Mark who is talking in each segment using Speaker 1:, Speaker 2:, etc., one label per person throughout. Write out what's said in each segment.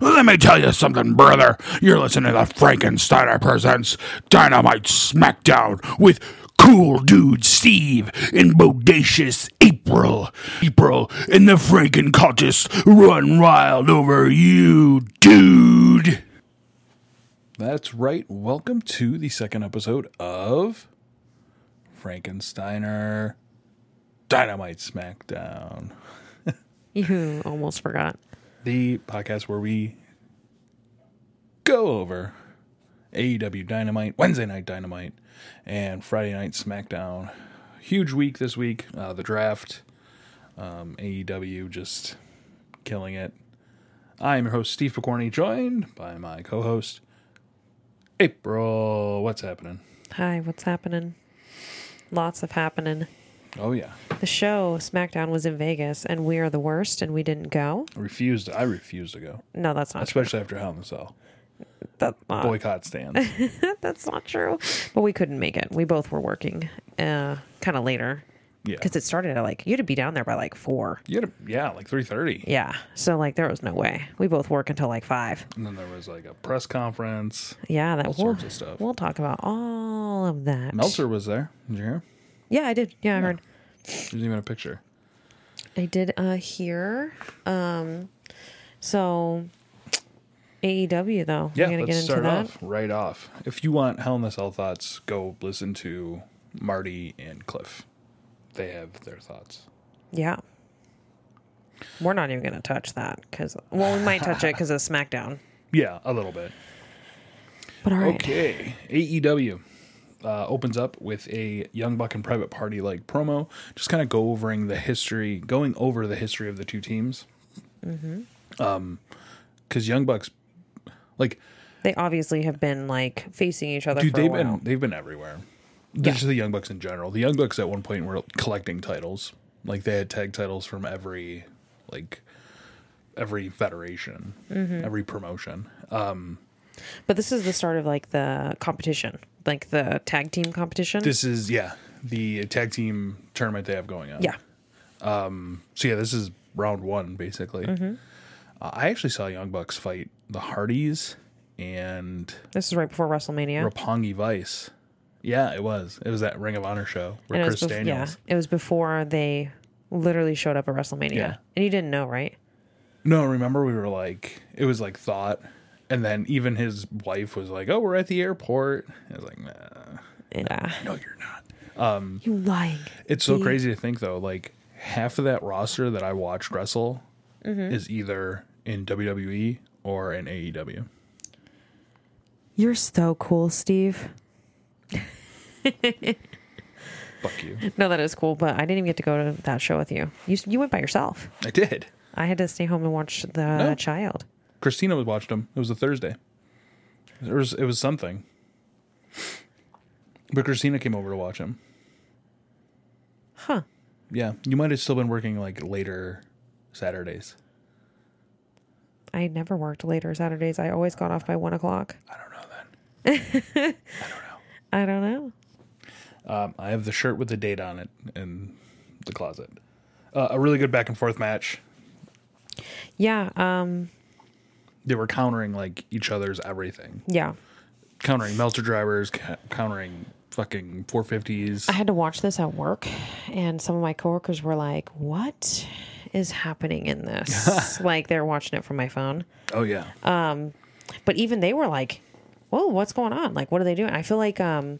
Speaker 1: Let me tell you something, brother. You're listening to Frankensteiner Presents Dynamite Smackdown with Cool Dude Steve and Bodacious April. April and the Franken cultists run wild over you, dude.
Speaker 2: That's right. Welcome to the second episode of Frankensteiner Dynamite Smackdown,
Speaker 3: You almost forgot.
Speaker 2: the podcast where we go over AEW Dynamite, Wednesday Night Dynamite, and Friday Night Smackdown. Huge week this week. Uh, the draft, um, AEW just killing it. I'm your host, Steve Picorni, joined by my co host, April. What's happening?
Speaker 3: Hi, what's happening? Lots of happening.
Speaker 2: Oh, yeah.
Speaker 3: The show SmackDown was in Vegas, and we are the worst, and we didn't go.
Speaker 2: I refused. I refuse to go,
Speaker 3: No, that's not true.
Speaker 2: especially after Hell in a Cell.
Speaker 3: That, uh,
Speaker 2: Boycott stands.
Speaker 3: that's not true. But we couldn't make it. We both were working, uh, kind of later,
Speaker 2: Yeah.
Speaker 3: because it started at like you had to be down there by like four.
Speaker 2: You had a, yeah, like three thirty,
Speaker 3: Yeah, so like there was no way. We both work until like five.
Speaker 2: and then there was like a press conference.
Speaker 3: Yeah, that we'll,
Speaker 2: sorts of stuff.
Speaker 3: We'll talk about all of that.
Speaker 2: Meltzer was there. Did you hear?
Speaker 3: Yeah, I did. Yeah, I heard.
Speaker 2: There's even a picture.
Speaker 3: I did uh here. Um so AEW though.
Speaker 2: Yeah,
Speaker 3: We're gonna
Speaker 2: let's
Speaker 3: get into
Speaker 2: start
Speaker 3: that.
Speaker 2: off right off. If you want Hell in the Cell thoughts, go listen to Marty and Cliff. They have their thoughts.
Speaker 3: Yeah. We're not even gonna touch that because well, we might touch it because of SmackDown.
Speaker 2: Yeah, a little bit.
Speaker 3: But all right,
Speaker 2: Okay, AEW uh, opens up with a Young Buck and Private Party like promo, just kind of go overing the history, going over the history of the two teams.
Speaker 3: Mm-hmm.
Speaker 2: Because Young Bucks, like,
Speaker 3: they obviously have been like facing each other.
Speaker 2: dude,
Speaker 3: for a
Speaker 2: they've
Speaker 3: while.
Speaker 2: been they've been everywhere. Just the Young Bucks in general. The Young Bucks at one point were collecting titles, like they had tag titles from every like every federation,
Speaker 3: Mm-hmm.
Speaker 2: every promotion.
Speaker 3: But this is the start of like the competition, like the tag team competition.
Speaker 2: This is yeah the tag team tournament they have going on.
Speaker 3: yeah,
Speaker 2: So yeah, this is round one basically.
Speaker 3: Mm-hmm.
Speaker 2: Uh, I actually saw Young Bucks fight the Hardys and
Speaker 3: this is right before WrestleMania.
Speaker 2: Rapongi Vice. Yeah, it was. It was that Ring of Honor show
Speaker 3: and
Speaker 2: where
Speaker 3: it
Speaker 2: Chris
Speaker 3: was bef-
Speaker 2: Daniels.
Speaker 3: yeah, it was before they literally showed up at WrestleMania,
Speaker 2: Yeah.
Speaker 3: and you didn't know, right?
Speaker 2: No, remember we were like it was like thought, and then even his wife was like, "Oh, we're at the airport." I was like, nah, Um,
Speaker 3: Yeah,
Speaker 2: "No, you're not."
Speaker 3: you lying.
Speaker 2: It's so
Speaker 3: Yeah.
Speaker 2: crazy to think though. Like half of that roster that I watched wrestle
Speaker 3: Mm-hmm.
Speaker 2: is either in WWE or in E AEW.
Speaker 3: You're so cool, Steve.
Speaker 2: Fuck you.
Speaker 3: No, that is cool, but I didn't even get to go to that show with you. You you went by yourself.
Speaker 2: I did.
Speaker 3: I had to stay home and watch the
Speaker 2: No.
Speaker 3: child.
Speaker 2: Christina was watched them. It was a Thursday. It was it was something. But Christina came over to watch him.
Speaker 3: Huh.
Speaker 2: Yeah, you might have still been working like later Saturdays.
Speaker 3: I never worked later Saturdays. I always got off by one o'clock.
Speaker 2: I don't know then.
Speaker 3: I don't know.
Speaker 2: Um, I have the shirt with the date on it in the closet. Uh, a really good back and forth match.
Speaker 3: Yeah, um,
Speaker 2: They were countering like each other's everything,
Speaker 3: yeah.
Speaker 2: countering Meltzer drivers, ca- countering fucking 450s.
Speaker 3: I had to watch this at work, and some of my coworkers were like, "What is happening in this?" like they're watching it from my phone.
Speaker 2: oh yeah,
Speaker 3: but even they were like whoa what's going on like what are they doing i feel like um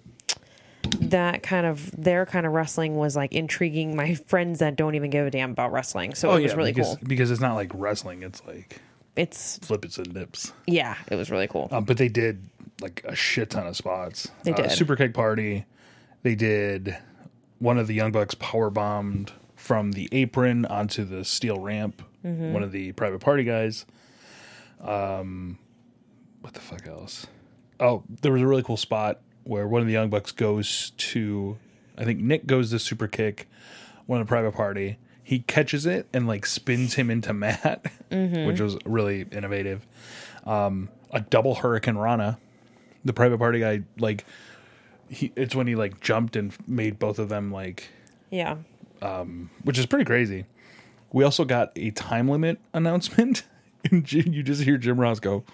Speaker 3: that kind of their kind of wrestling was like intriguing my friends that don't even give a damn about wrestling so
Speaker 2: oh
Speaker 3: it was
Speaker 2: yeah,
Speaker 3: really
Speaker 2: because,
Speaker 3: cool
Speaker 2: because it's not like wrestling; it's like
Speaker 3: it's
Speaker 2: flippets and dips.
Speaker 3: yeah it was really cool
Speaker 2: Um, but they did like a shit ton of spots.
Speaker 3: They
Speaker 2: uh,
Speaker 3: did.
Speaker 2: Super Kick Party. They did one of the Young Bucks power bombed from the apron onto the steel ramp.
Speaker 3: Mm-hmm.
Speaker 2: One of the private party guys. Um, what the fuck else? Oh, there was a really cool spot where one of the Young Bucks goes to, I think Nick goes to super kick, one of the private party. He catches it and like spins him into Matt,
Speaker 3: Mm-hmm.
Speaker 2: which was really innovative a double Hurricane Rana. The private party guy, like, he it's when he like jumped and made both of them like,
Speaker 3: yeah
Speaker 2: which is pretty crazy. We also got a time limit announcement And Jim- you just hear Jim Ross go,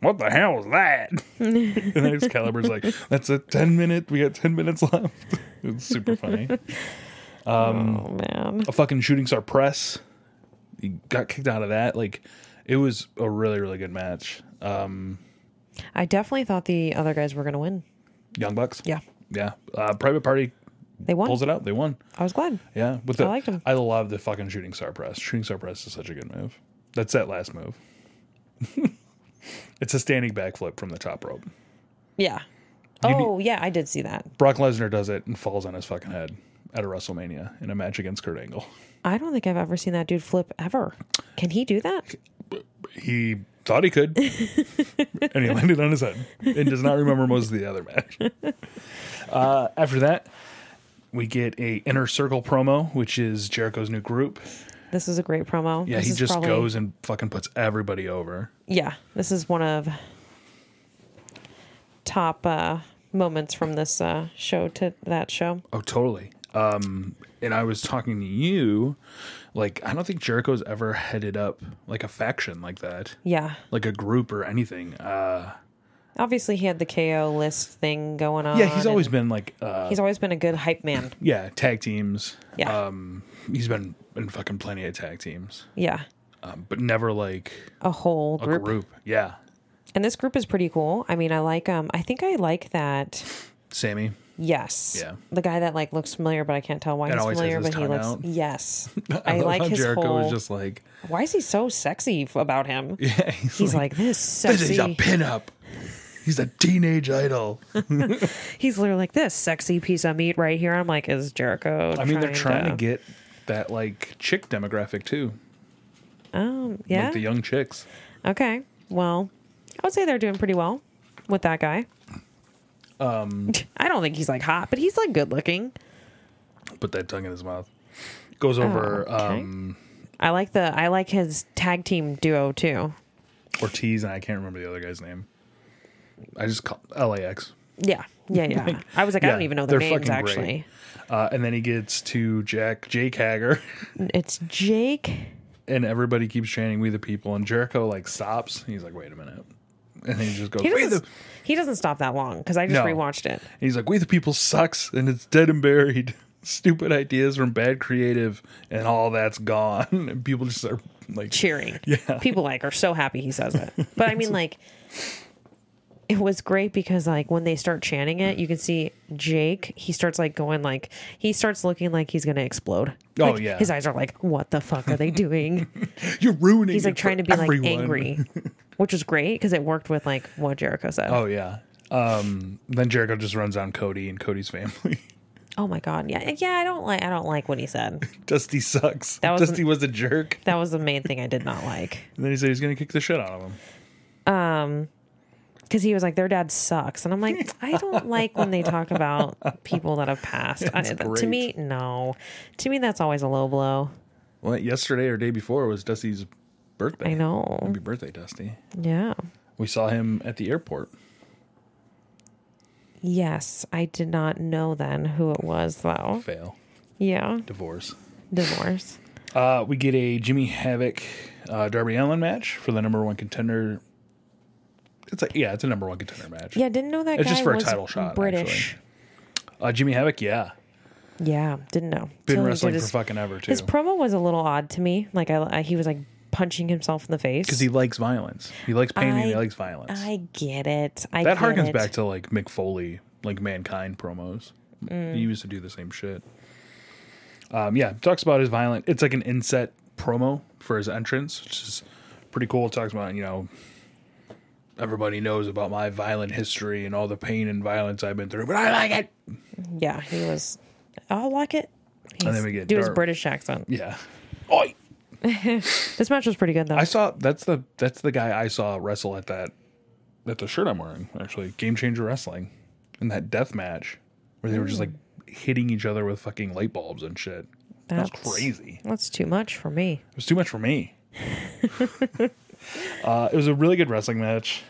Speaker 2: What the hell is that? and Excalibur's like, That's a 10 minute. We got 10 minutes left. It's super funny.
Speaker 3: oh man.
Speaker 2: a fucking shooting star press. He got kicked out of that. Like, it was a really, really good match. Um,
Speaker 3: I definitely thought the other guys were gonna win.
Speaker 2: Young Bucks.
Speaker 3: Yeah.
Speaker 2: Yeah. Uh, Private Party
Speaker 3: They won.
Speaker 2: pulls it out. They won.
Speaker 3: I was glad.
Speaker 2: Yeah. With the,
Speaker 3: I liked 'em.
Speaker 2: I love the fucking shooting star press. Shooting star press is such a good move. That's that last move. it's a standing backflip from the top rope.
Speaker 3: Yeah. Oh yeah, I did see that.
Speaker 2: Brock Lesnar does it and falls on his fucking head at a WrestleMania in a match against Kurt Angle.
Speaker 3: I don't think I've ever seen that dude flip ever. Can he do that?
Speaker 2: He thought he could, and he landed on his head, and does not remember most of the other match. Uh, after that, we get a inner circle promo, which is Jericho's new group.
Speaker 3: This is a great promo.
Speaker 2: Yeah,
Speaker 3: this
Speaker 2: he
Speaker 3: is
Speaker 2: just
Speaker 3: probably-
Speaker 2: goes and fucking puts everybody over.
Speaker 3: Yeah, this is one of top uh, moments from this uh, show to that show.
Speaker 2: Oh, totally. Um, and I was talking to you, like I don't think Jericho's ever headed up like a faction like that,
Speaker 3: Yeah,
Speaker 2: like a group or anything. Uh,
Speaker 3: obviously he had the KO list thing going on.
Speaker 2: yeah, he's
Speaker 3: and
Speaker 2: always been like, uh,
Speaker 3: he's always been a good hype man.
Speaker 2: yeah, tag teams.
Speaker 3: Yeah,
Speaker 2: Um, he's been in fucking plenty of tag teams,
Speaker 3: yeah,
Speaker 2: um, but never like
Speaker 3: a whole
Speaker 2: a
Speaker 3: group.
Speaker 2: group. Yeah,
Speaker 3: and this group is pretty cool. I mean, I like um, I think I like that.
Speaker 2: Sammy.
Speaker 3: Yes.
Speaker 2: Yeah.
Speaker 3: The guy that like looks familiar, but I can't tell why
Speaker 2: And
Speaker 3: he's
Speaker 2: always has
Speaker 3: familiar.
Speaker 2: his
Speaker 3: But he
Speaker 2: tongue out.
Speaker 3: looks yes. I,
Speaker 2: love
Speaker 3: like
Speaker 2: how
Speaker 3: his
Speaker 2: Jericho
Speaker 3: whole.
Speaker 2: is just like,
Speaker 3: Why is he so sexy f- about him?
Speaker 2: yeah, he's,
Speaker 3: He's
Speaker 2: like,
Speaker 3: like this
Speaker 2: this
Speaker 3: sexy.
Speaker 2: is a pinup. He's a teenage idol.
Speaker 3: He's literally like this sexy piece of meat right here. I'm like, is Jericho?
Speaker 2: I mean, they're trying to get that like chick demographic too,
Speaker 3: Um. Yeah.
Speaker 2: like the young chicks.
Speaker 3: okay. Well, I would say they're doing pretty well with that guy. Um. I don't think he's like hot, but he's like good looking.
Speaker 2: Put that tongue in his mouth. Goes over
Speaker 3: Oh, okay.
Speaker 2: um,
Speaker 3: I like the. I like his tag team duo too.
Speaker 2: Ortiz, and I can't remember the other guy's name. I just call LAX.
Speaker 3: Yeah. Yeah. Yeah. I was like, I
Speaker 2: yeah,
Speaker 3: don't even know their
Speaker 2: they're
Speaker 3: names
Speaker 2: fucking great.
Speaker 3: actually.
Speaker 2: Uh, and then he gets to Jack Jake Hager,
Speaker 3: It's Jake.
Speaker 2: and everybody keeps chanting "We the People," and Jericho like stops. He's like, "Wait a minute," and he just goes,
Speaker 3: He
Speaker 2: "We
Speaker 3: doesn't,
Speaker 2: the."
Speaker 3: he doesn't stop that long because I just
Speaker 2: No.
Speaker 3: rewatched it.
Speaker 2: and he's like, "We the People" sucks, and it's dead and buried. Stupid ideas from bad creative, and all that's gone. And people just are like,
Speaker 3: Cheering. Yeah. People like are so happy he says it. But I mean, like, it was great because like when they start chanting it, you can see Jake. He starts like going like he starts looking like he's gonna explode.
Speaker 2: Oh,
Speaker 3: Like,
Speaker 2: yeah.
Speaker 3: His eyes are like, what the fuck are they doing?
Speaker 2: "You're ruining."
Speaker 3: He's
Speaker 2: it
Speaker 3: like
Speaker 2: for
Speaker 3: trying to be
Speaker 2: everyone."
Speaker 3: like angry, which was great because it worked with like what Jericho said. Oh.
Speaker 2: Oh yeah. Um, then Jericho just runs on Cody and Cody's family.
Speaker 3: Oh my god, yeah, yeah. I don't like I don't like what he said.
Speaker 2: Dusty sucks.
Speaker 3: That was
Speaker 2: Dusty was a jerk.
Speaker 3: That was the main thing I did not like.
Speaker 2: And then he said he's gonna kick the shit out of him.
Speaker 3: because he was like, their dad sucks. And I'm like, I don't like when they talk about people that have passed. I, to
Speaker 2: great.
Speaker 3: me, no. To me, that's always a low blow.
Speaker 2: Well, yesterday or day before was Dusty's birthday.
Speaker 3: I know.
Speaker 2: Happy birthday, Dusty.
Speaker 3: Yeah.
Speaker 2: We saw him at the airport.
Speaker 3: Yes. I did not know then who it was, though.
Speaker 2: Fail.
Speaker 3: Yeah.
Speaker 2: Divorce.
Speaker 3: Divorce.
Speaker 2: Uh, we get a Jimmy Havoc uh, Darby Allen match for the number one contender. It's like yeah, it's a number one contender match.
Speaker 3: Yeah. Didn't know that
Speaker 2: It's
Speaker 3: guy
Speaker 2: just for a
Speaker 3: was
Speaker 2: title shot,
Speaker 3: British.
Speaker 2: Uh, Jimmy Havoc, yeah.
Speaker 3: Yeah. Didn't know.
Speaker 2: Been
Speaker 3: Till he
Speaker 2: wrestling
Speaker 3: did
Speaker 2: for
Speaker 3: his-
Speaker 2: fucking ever too.
Speaker 3: His promo was a little odd to me. Like, I, I he was like punching himself in the face.
Speaker 2: Because he likes violence. He likes pain and he
Speaker 3: I-
Speaker 2: likes violence.
Speaker 3: I get it. I
Speaker 2: that
Speaker 3: get
Speaker 2: harkens
Speaker 3: it.
Speaker 2: back to like Mick Foley, like Mankind promos.
Speaker 3: Mm.
Speaker 2: He used to do the same shit. Um, yeah, talks about his violent. It's like an inset promo for his entrance, which is pretty cool. Talks about you know everybody knows about my violent history and all the pain and violence I've been through, but I like it.
Speaker 3: Yeah, he was. I'll like it.
Speaker 2: then
Speaker 3: He's-
Speaker 2: we get
Speaker 3: do his
Speaker 2: Dar-
Speaker 3: British accent.
Speaker 2: Yeah. Oi.
Speaker 3: This match was pretty good though.
Speaker 2: I saw that's the that's the guy I saw wrestle at that at the shirt I'm wearing actually Game Changer Wrestling in that death match where they were just like hitting each other with fucking light bulbs and shit. That's,
Speaker 3: That's-
Speaker 2: crazy.
Speaker 3: That's too much for me.
Speaker 2: It was too much for me. uh, it was a really good wrestling match.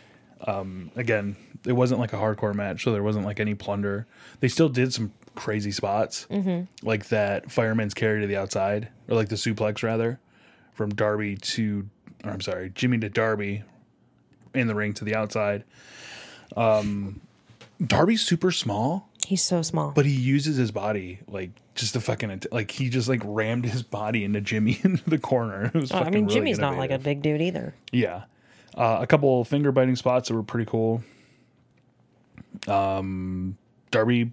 Speaker 2: Um, again, it wasn't like a hardcore match, so there wasn't like any plunder. They still did some crazy spots, like that fireman's carry to the outside, or like the suplex rather, from Darby to or I'm sorry, Jimmy to Darby in the ring to the outside. Um, Darby's super small,
Speaker 3: He's so small.
Speaker 2: but he uses his body like just to fucking int- like he just like rammed his body into Jimmy into the corner. It was
Speaker 3: Oh, I
Speaker 2: fucking
Speaker 3: mean,
Speaker 2: really
Speaker 3: Jimmy's not like a
Speaker 2: innovative.
Speaker 3: big dude either.
Speaker 2: Yeah. Uh, a couple finger biting spots that were pretty cool. Um, Darby,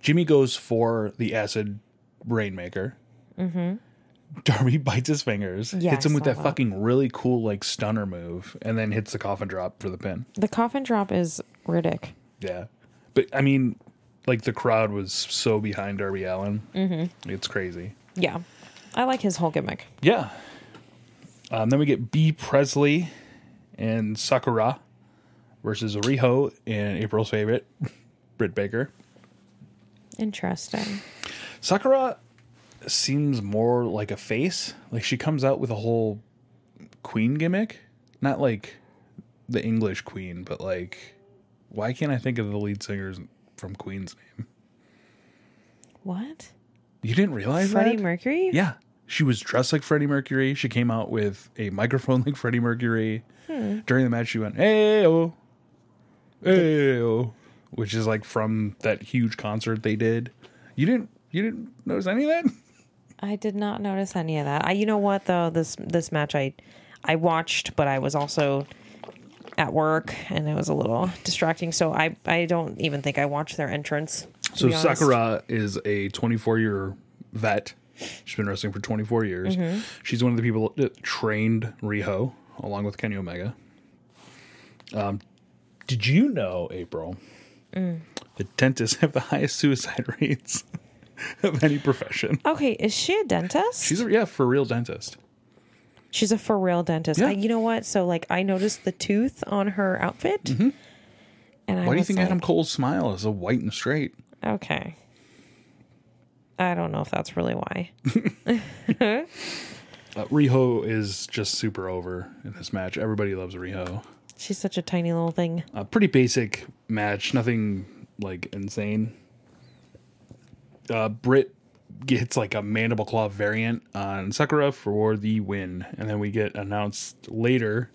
Speaker 2: Jimmy goes for the acid rainmaker. Mm-hmm. Darby bites his fingers,
Speaker 3: Yeah,
Speaker 2: hits
Speaker 3: I
Speaker 2: him with
Speaker 3: saw
Speaker 2: that
Speaker 3: that.
Speaker 2: fucking really cool like stunner move, and then hits the coffin drop for the pin.
Speaker 3: The coffin drop is Riddick.
Speaker 2: Yeah, but I mean, like the crowd was so behind Darby Allen, mm-hmm. it's crazy.
Speaker 3: Yeah. I like his whole gimmick.
Speaker 2: Yeah. Um, then we get B. Presley and Sakura versus Riho and April's favorite, Britt Baker.
Speaker 3: Interesting.
Speaker 2: Sakura seems more like a face. Like she comes out with a whole queen gimmick. Not like the English queen, but like, why can't I think of the lead singer's from Queen's name?
Speaker 3: What?
Speaker 2: You didn't realize
Speaker 3: Freddie
Speaker 2: that?
Speaker 3: Mercury?
Speaker 2: Yeah. She was dressed like Freddie Mercury. She came out with a microphone like Freddie Mercury. During the match, she went, hey, oh, hey, oh, which is like from that huge concert they did. You didn't, you didn't notice any of that?
Speaker 3: I did not notice any of that. I, you know what though this this match I I watched, but I was also at work and it was a little distracting, so I I don't even think I watched their entrance. to
Speaker 2: So
Speaker 3: be honest.
Speaker 2: Sakura is a 24 year vet. She's been wrestling for 24 years.
Speaker 3: Mm-hmm.
Speaker 2: She's one of the people that trained Riho along with Kenny Omega. Um, did you know, April,
Speaker 3: Mm.
Speaker 2: the dentists have the highest suicide rates of any profession?
Speaker 3: Okay, is she a dentist?
Speaker 2: She's a, yeah, for real dentist.
Speaker 3: She's a for real dentist.
Speaker 2: Yeah.
Speaker 3: I, you know what? So like I noticed the tooth on her outfit. And I
Speaker 2: Mm-hmm. Why do you
Speaker 3: was
Speaker 2: think
Speaker 3: like,
Speaker 2: Adam Cole's smile is a white and straight?
Speaker 3: Okay. I don't know if that's really why.
Speaker 2: Uh, Riho is just super over in this match. Everybody loves Riho.
Speaker 3: She's such a tiny little thing.
Speaker 2: a pretty basic match, nothing like insane. Uh, Britt gets like a mandible claw variant on Sakura for the win, and then we get announced later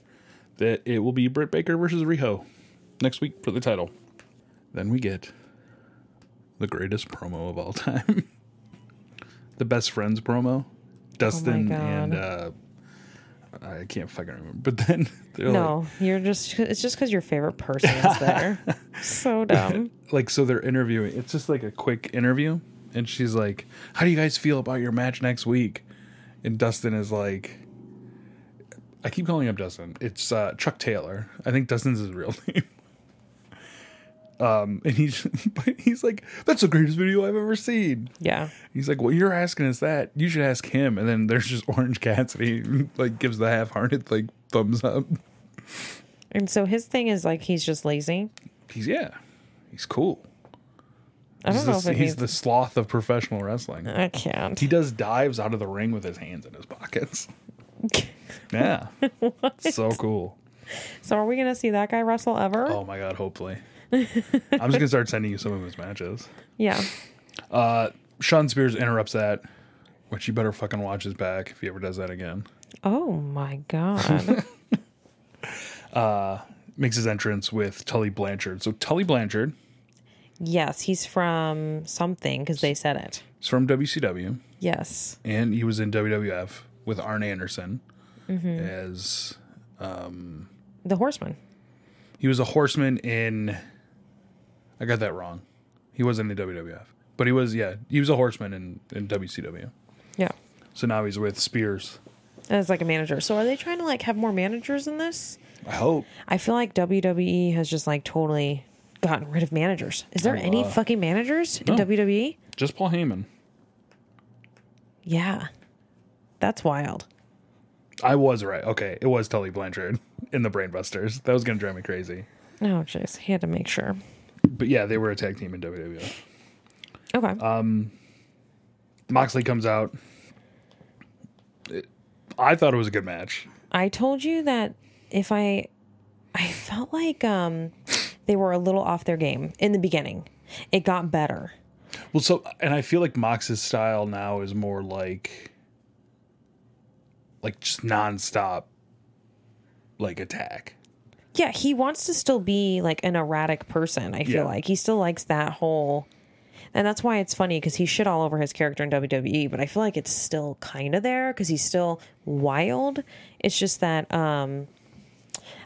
Speaker 2: that it will be Britt Baker versus Riho next week for the title. Then we get the greatest promo of all time, the best friends promo, Dustin
Speaker 3: Oh God.
Speaker 2: and uh, I can't fucking remember. But then they're like,
Speaker 3: No, you're just it's just because your favorite person is there. so dumb.
Speaker 2: like so they're interviewing it's just like a quick interview and she's like how do you guys feel about your match next week and dustin is like i keep calling him dustin it's uh, chuck taylor i think dustin's his real name um and he's but he's like that's the greatest video i've ever seen
Speaker 3: Yeah.
Speaker 2: he's like well you're asking us that you should ask him and then there's just orange cats and he like gives the half-hearted like thumbs up
Speaker 3: And so his thing is like he's just lazy.
Speaker 2: he's yeah he's cool
Speaker 3: I
Speaker 2: he's,
Speaker 3: don't know if
Speaker 2: the,
Speaker 3: it
Speaker 2: he's
Speaker 3: means
Speaker 2: the sloth of professional wrestling
Speaker 3: I can't.
Speaker 2: He does dives out of the ring with his hands in his pockets. Yeah. So cool.
Speaker 3: So are we gonna see that guy wrestle ever?
Speaker 2: Oh my god, hopefully. I'm just gonna start sending you some of his matches.
Speaker 3: Yeah.
Speaker 2: Sean Spears interrupts that, which you better fucking watch his back if he ever does that again.
Speaker 3: Oh my god.
Speaker 2: Makes his entrance with Tully Blanchard. So Tully Blanchard
Speaker 3: yes, he's from something because they said it.
Speaker 2: is from WCW
Speaker 3: Yes.
Speaker 2: and he was in WWF with Arn Anderson as
Speaker 3: The horseman.
Speaker 2: He was a horseman in. I got that wrong. He wasn't in WWF, but he was yeah. He was a horseman in in WCW.
Speaker 3: Yeah.
Speaker 2: So now he's with Spears.
Speaker 3: As like a manager. So are they trying to like have more managers in this?
Speaker 2: I hope.
Speaker 3: I feel like WWE has just like totally gotten rid of managers. Is there any fucking managers in E?
Speaker 2: No.
Speaker 3: WWE?
Speaker 2: Just Paul Heyman.
Speaker 3: Yeah. That's wild.
Speaker 2: I was right. Okay, it was Tully Blanchard in the Brainbusters. That was gonna drive me crazy.
Speaker 3: Oh, jeez. He had to make sure.
Speaker 2: But yeah, they were a tag team in E. WWF.
Speaker 3: Okay.
Speaker 2: Moxley comes out. It- I thought it was a good match.
Speaker 3: I told you that if I, I felt like um, they were a little off their game in the beginning. It got better.
Speaker 2: Well, so and I feel like Mox's style now is more like, like just nonstop like attack.
Speaker 3: Yeah, he wants to still be like an erratic person. I feel
Speaker 2: Yeah.
Speaker 3: like he still likes that whole, and that's why it's funny because he shit all over his character in WWE. But I feel like it's still kind of there because he's still wild. It's just that, um,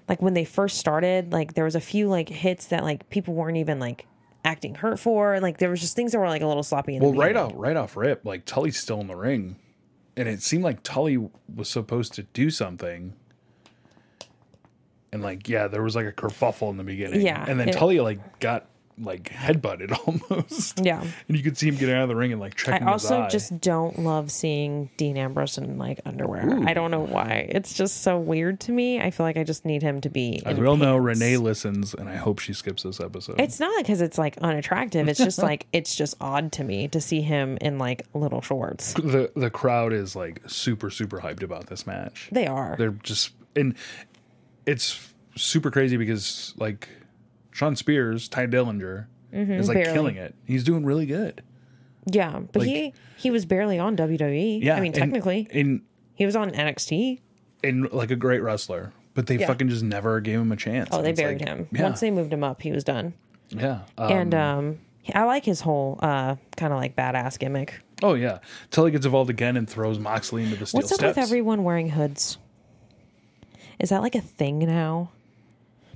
Speaker 3: like when they first started, like there was a few like hits that like people weren't even like acting hurt for. Like there was just things that were like a little sloppy. In
Speaker 2: Well,
Speaker 3: the
Speaker 2: right
Speaker 3: beginning.
Speaker 2: off right off rip, like Tully's still in the ring, and it seemed like Tully was supposed to do something. And like, yeah, there was like a kerfuffle in the beginning.
Speaker 3: Yeah,
Speaker 2: and then
Speaker 3: it-
Speaker 2: Tully like got like headbutted almost.
Speaker 3: Yeah.
Speaker 2: and you could see him getting out of the ring and like
Speaker 3: I
Speaker 2: checking. his
Speaker 3: also
Speaker 2: eye.
Speaker 3: just don't love seeing Dean Ambrose in like underwear. I don't know why. It's just so weird to me. I feel like I just need him to be.
Speaker 2: As
Speaker 3: in
Speaker 2: we all know,
Speaker 3: pants.
Speaker 2: Renee listens, and I hope she skips this episode.
Speaker 3: It's not because it's like unattractive. It's just like it's just odd to me to see him in like little shorts.
Speaker 2: the the crowd is like super super hyped about this match.
Speaker 3: They are.
Speaker 2: They're just and it's super crazy because like Sean Spears, Ty Dillinger is like
Speaker 3: Mm-hmm, barely.
Speaker 2: killing it. He's doing really good.
Speaker 3: yeah, but
Speaker 2: like-
Speaker 3: he he was barely on WWE.
Speaker 2: Yeah,
Speaker 3: I mean
Speaker 2: and-
Speaker 3: technically
Speaker 2: and
Speaker 3: he was on NXT.
Speaker 2: and like a great wrestler, but they
Speaker 3: Yeah.
Speaker 2: fucking just never gave him a chance.
Speaker 3: Oh,
Speaker 2: And
Speaker 3: they
Speaker 2: it's
Speaker 3: buried
Speaker 2: like,
Speaker 3: him.
Speaker 2: Yeah,
Speaker 3: Once they moved him up, he was done.
Speaker 2: yeah. Uh,
Speaker 3: and um, I like his whole uh kind of like badass gimmick.
Speaker 2: oh yeah, Tully gets involved again and throws Moxley into the steel
Speaker 3: What's up
Speaker 2: steps.
Speaker 3: with everyone wearing hoods? Is that like a thing now?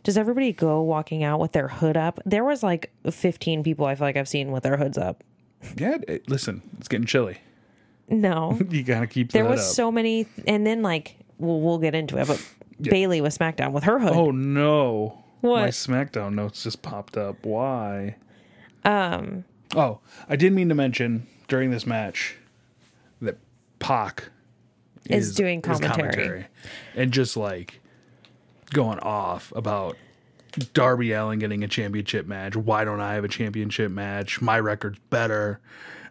Speaker 3: Does everybody go walking out with their hood up? There was like 15 people I feel like I've seen with their hoods up.
Speaker 2: yeah, it- listen, it's getting chilly.
Speaker 3: No.
Speaker 2: You gotta keep
Speaker 3: There
Speaker 2: that
Speaker 3: was
Speaker 2: up.
Speaker 3: so many and then like we'll, we'll get into it, but Bailey was SmackDown with her hood.
Speaker 2: Oh no.
Speaker 3: What?
Speaker 2: My SmackDown notes just popped up. Why? Um Oh, I did mean to mention during this match that Pac
Speaker 3: Is doing commentary.
Speaker 2: and just like going off about Darby Allen getting a championship match. Why don't I have a championship match? My record's better.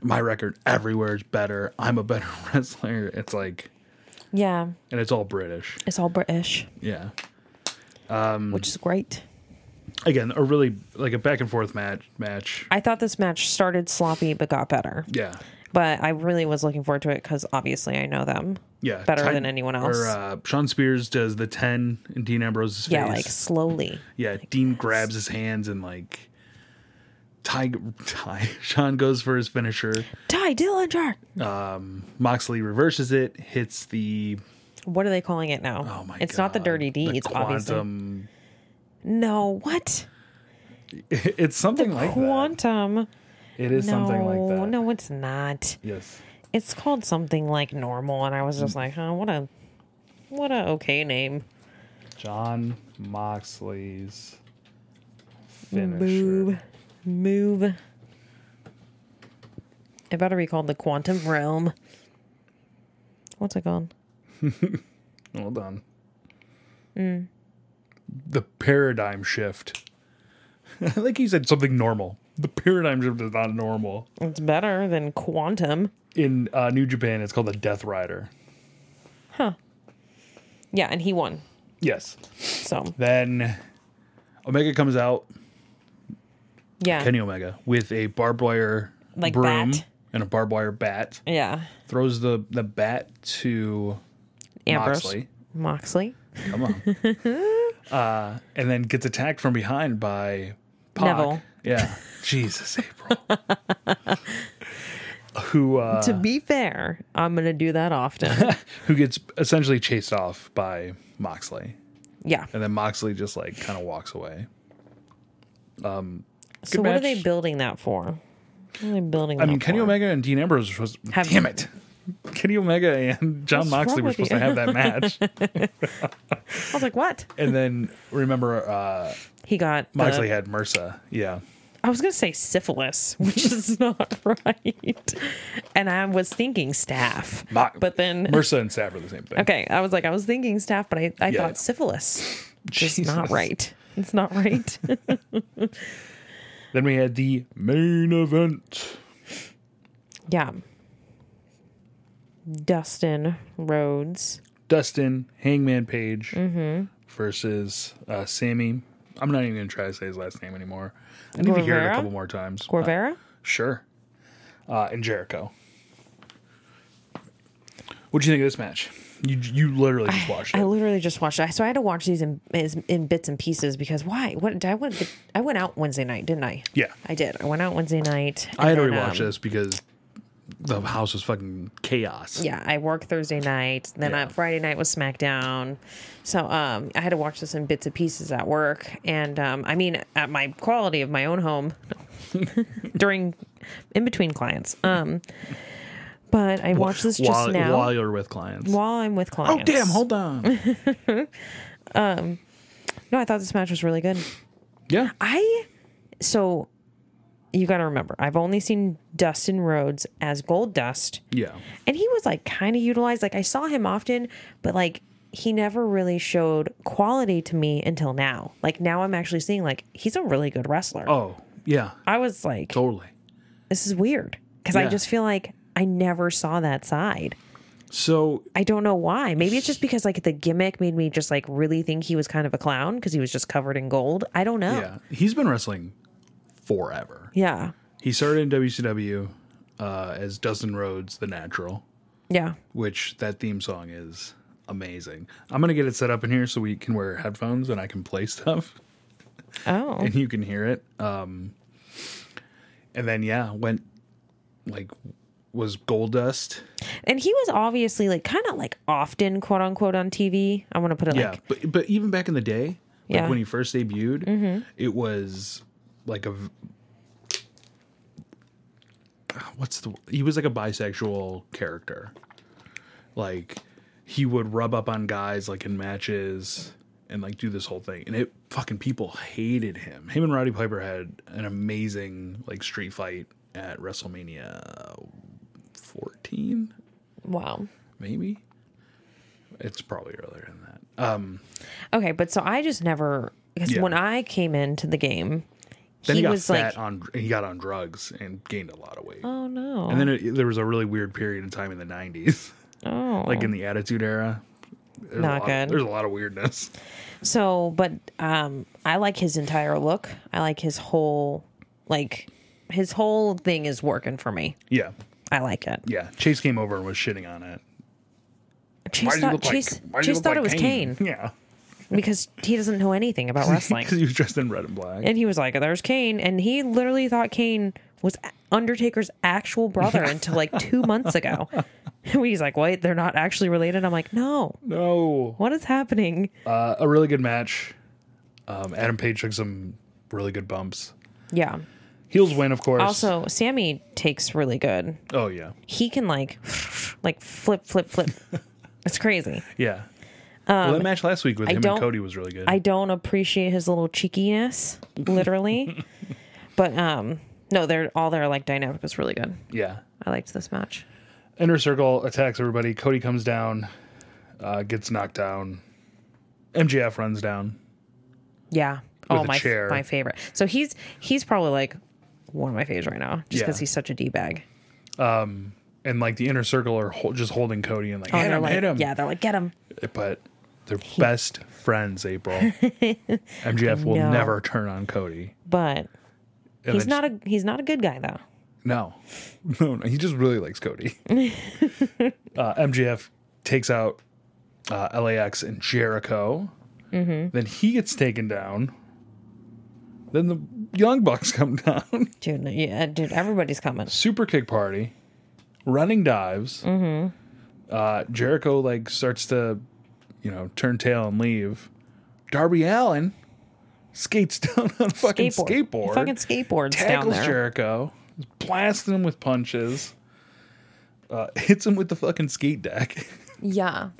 Speaker 2: My record everywhere is better. I'm a better wrestler. It's like
Speaker 3: Yeah.
Speaker 2: and it's all British.
Speaker 3: It's all British,
Speaker 2: Yeah. Mm.
Speaker 3: which is great.
Speaker 2: Again, a really like a back and forth match match.
Speaker 3: I thought this match started sloppy but got better.
Speaker 2: Yeah.
Speaker 3: But I really was looking forward to it cuz obviously I know them.
Speaker 2: Yeah.
Speaker 3: Better
Speaker 2: Ty-
Speaker 3: than anyone else.
Speaker 2: Or, uh, Sean Spears does the 10 in Dean Ambrose's face.
Speaker 3: yeah, like slowly.
Speaker 2: yeah, Dean grabs his hands and like Ty, Ty Sean goes for his finisher.
Speaker 3: Ty Dillinger.
Speaker 2: Moxley reverses it, hits the
Speaker 3: What are they calling it now?
Speaker 2: oh my
Speaker 3: it's not the
Speaker 2: God,
Speaker 3: dirty D. it's obviously
Speaker 2: quantum.
Speaker 3: no. What
Speaker 2: It's something like
Speaker 3: quantum?
Speaker 2: that. It is
Speaker 3: no,
Speaker 2: something like that.
Speaker 3: no, it's not.
Speaker 2: Yes.
Speaker 3: It's called something like normal, and I was just like, huh, what a, what a okay name.
Speaker 2: John Moxley's finisher.
Speaker 3: Move, move. It better be called the quantum realm. What's it called?
Speaker 2: Hold on.
Speaker 3: Mm.
Speaker 2: The paradigm shift. I think you said something normal. The paradigm shift is not normal.
Speaker 3: It's better than quantum.
Speaker 2: In uh, New Japan, it's called the Death Rider.
Speaker 3: Yeah, and he won.
Speaker 2: Yes.
Speaker 3: So
Speaker 2: Then Omega comes out,
Speaker 3: yeah,
Speaker 2: Kenny Omega, with a barbed wire
Speaker 3: Like
Speaker 2: broom
Speaker 3: bat.
Speaker 2: and a barbed wire bat.
Speaker 3: yeah.
Speaker 2: Throws the, the bat to
Speaker 3: Ambrose
Speaker 2: Moxley.
Speaker 3: Moxley.
Speaker 2: Come on. uh, and then gets attacked from behind by Pac.
Speaker 3: Neville.
Speaker 2: Yeah. Jesus, April. who uh,
Speaker 3: to be fair, I'm gonna do that often.
Speaker 2: who gets essentially chased off by Moxley,
Speaker 3: yeah.
Speaker 2: and then Moxley just like kind of walks away.
Speaker 3: So
Speaker 2: good
Speaker 3: what are
Speaker 2: match.
Speaker 3: they building that for? What are they building?
Speaker 2: I mean,
Speaker 3: that
Speaker 2: Kenny
Speaker 3: for?
Speaker 2: Omega and Dean Ambrose was
Speaker 3: Have-
Speaker 2: damn it. Kenny Omega and John
Speaker 3: What's wrong
Speaker 2: Moxley were
Speaker 3: with
Speaker 2: supposed
Speaker 3: you?
Speaker 2: to have that match,
Speaker 3: I was like, what?
Speaker 2: and then remember uh,
Speaker 3: He got the-
Speaker 2: Moxley had MRSA. Yeah,
Speaker 3: I was gonna say syphilis, which is not right. And I was thinking staff,
Speaker 2: Mo-
Speaker 3: but then
Speaker 2: MRSA and Sav are the same thing.
Speaker 3: okay, I was like, I was thinking staff, but I, I
Speaker 2: Yeah.
Speaker 3: thought syphilis. Just not
Speaker 2: Jesus.
Speaker 3: right. It's not right.
Speaker 2: Then we had the main event.
Speaker 3: yeah. Dustin Rhodes.
Speaker 2: Dustin Hangman Page
Speaker 3: Mm-hmm.
Speaker 2: versus uh, Sammy. I'm not even gonna try to say his last name anymore. I need to hear it a
Speaker 3: Guevara?
Speaker 2: couple more times.
Speaker 3: Corvera?
Speaker 2: Sure. Uh, and Jericho. What do you think of this match? You you literally just watched
Speaker 3: I
Speaker 2: it.
Speaker 3: literally just watched it. So I had to watch these in is- in bits and pieces because why? What I went I went out Wednesday night, didn't I?
Speaker 2: Yeah.
Speaker 3: I did. I went out Wednesday night.
Speaker 2: I had to
Speaker 3: and then,
Speaker 2: rewatch
Speaker 3: um,
Speaker 2: this because the house was fucking chaos.
Speaker 3: Yeah, I worked Thursday night. Then
Speaker 2: Yeah.
Speaker 3: uh, Friday night was SmackDown. So um, I had to watch this in bits and pieces at work. And um, I mean, at my quality of my own home during in between clients. Um, but I watched this just
Speaker 2: while,
Speaker 3: now
Speaker 2: while you're with clients.
Speaker 3: while I'm with
Speaker 2: oh
Speaker 3: clients.
Speaker 2: damn! Hold on.
Speaker 3: No, I thought this match was really good.
Speaker 2: yeah.
Speaker 3: I so you got to remember, I've only seen Dustin Rhodes as Gold Dust,
Speaker 2: Yeah.
Speaker 3: and he was like kind of utilized. Like I saw him often, but like he never really showed quality to me until now. Like now, I'm actually seeing like he's a really good wrestler.
Speaker 2: Oh yeah.
Speaker 3: I was like,
Speaker 2: Totally.
Speaker 3: this is weird because I
Speaker 2: Yeah.
Speaker 3: just feel like I never saw that side.
Speaker 2: So
Speaker 3: I don't know why. Maybe it's just because like the gimmick made me just like really think he was kind of a clown because he was just covered in gold. I don't know.
Speaker 2: yeah, he's been wrestling forever.
Speaker 3: Yeah.
Speaker 2: He started in WCW uh, as Dustin Rhodes, the Natural,
Speaker 3: Yeah.
Speaker 2: which that theme song is amazing. I'm gonna get it set up in here so we can wear headphones and I can play stuff.
Speaker 3: Oh.
Speaker 2: and you can hear it. Um, and then yeah, went like was gold dust.
Speaker 3: And he was obviously like kind of like often quote unquote on TV. I want to put it
Speaker 2: Yeah,
Speaker 3: like
Speaker 2: but but even back in the day, like
Speaker 3: Yeah. Mm-hmm.
Speaker 2: when he first debuted, it was like a v- ah, what's the he was like a bisexual character. Like he would rub up on guys like in matches and like do this whole thing. And it fucking people hated him. Him and Roddy Piper had an amazing like street fight at WrestleMania 14
Speaker 3: wow.
Speaker 2: maybe. It's probably earlier than that.
Speaker 3: Okay, but so I just never because
Speaker 2: Yeah.
Speaker 3: when I came into the game,
Speaker 2: Then he,
Speaker 3: he,
Speaker 2: got
Speaker 3: was
Speaker 2: fat
Speaker 3: like,
Speaker 2: on he got on drugs and gained a lot of weight.
Speaker 3: oh no,
Speaker 2: And then it, there was a really weird period of time in the '90s,
Speaker 3: oh.
Speaker 2: like in the Attitude Era. There's
Speaker 3: Not
Speaker 2: a lot,
Speaker 3: good.
Speaker 2: There's a lot of weirdness.
Speaker 3: So, but um, I like his entire look. I like his whole like his whole thing is working for me.
Speaker 2: Yeah,
Speaker 3: I like it.
Speaker 2: yeah. Chase came over and was shitting on it. Why
Speaker 3: Chase
Speaker 2: does he
Speaker 3: thought
Speaker 2: look like-
Speaker 3: Chase,
Speaker 2: why does he
Speaker 3: Chase
Speaker 2: look
Speaker 3: thought
Speaker 2: like
Speaker 3: it was Kane.
Speaker 2: Yeah,
Speaker 3: because he doesn't know anything about wrestling.
Speaker 2: because he was dressed in red and black.
Speaker 3: and he was like, "There's Kane," and he literally thought Kane was Undertaker's actual brother until like two months ago. He's like, "Wait, they're not actually related." I'm like, "No,
Speaker 2: no,
Speaker 3: what is happening?"
Speaker 2: uh, a really good match. Um, Adam Page took some really good bumps.
Speaker 3: Yeah.
Speaker 2: Heels win, of course.
Speaker 3: Also, Sammy takes really good.
Speaker 2: oh yeah,
Speaker 3: He can like, like flip, flip, flip. It's crazy.
Speaker 2: yeah. well, that match last week with him and
Speaker 3: Um, don't-
Speaker 2: Cody was really good.
Speaker 3: I don't appreciate his little cheekiness, literally. but um, no, they're all their like dynamic was really good.
Speaker 2: yeah,
Speaker 3: I liked this match.
Speaker 2: Inner Circle attacks everybody. Cody comes down, uh, gets knocked down. MJF runs down.
Speaker 3: Yeah.
Speaker 2: With
Speaker 3: oh
Speaker 2: a
Speaker 3: my
Speaker 2: chair.
Speaker 3: my favorite. So he's he's probably like one of my faves right now, just
Speaker 2: Yeah.
Speaker 3: because he's such a d bag.
Speaker 2: And like the inner circle are hol- just holding Cody and like
Speaker 3: Oh,
Speaker 2: hit
Speaker 3: they're
Speaker 2: him,
Speaker 3: like,
Speaker 2: hit him.
Speaker 3: Yeah, they're like, get him.
Speaker 2: But they're best friends. April MJF will
Speaker 3: know.
Speaker 2: never turn on Cody.
Speaker 3: But
Speaker 2: And
Speaker 3: he's
Speaker 2: then
Speaker 3: not a he's not a good guy though.
Speaker 2: No, no, no. He just really likes Cody. uh, MJF takes out uh, LAX and Jericho.
Speaker 3: Mm-hmm.
Speaker 2: Then he gets taken down. Then the Young Bucks come down.
Speaker 3: Dude, no, yeah, dude, everybody's coming.
Speaker 2: Super kick party, running dives. Mm-hmm. Uh, Jericho like starts to, you know, turn tail and leave. Darby Allen skates down on a fucking
Speaker 3: Skateboard. He
Speaker 2: skateboard
Speaker 3: Fucking skateboards down
Speaker 2: tackles
Speaker 3: there.
Speaker 2: Jericho, blasting him with punches, uh, hits him with the fucking skate deck,
Speaker 3: Yeah.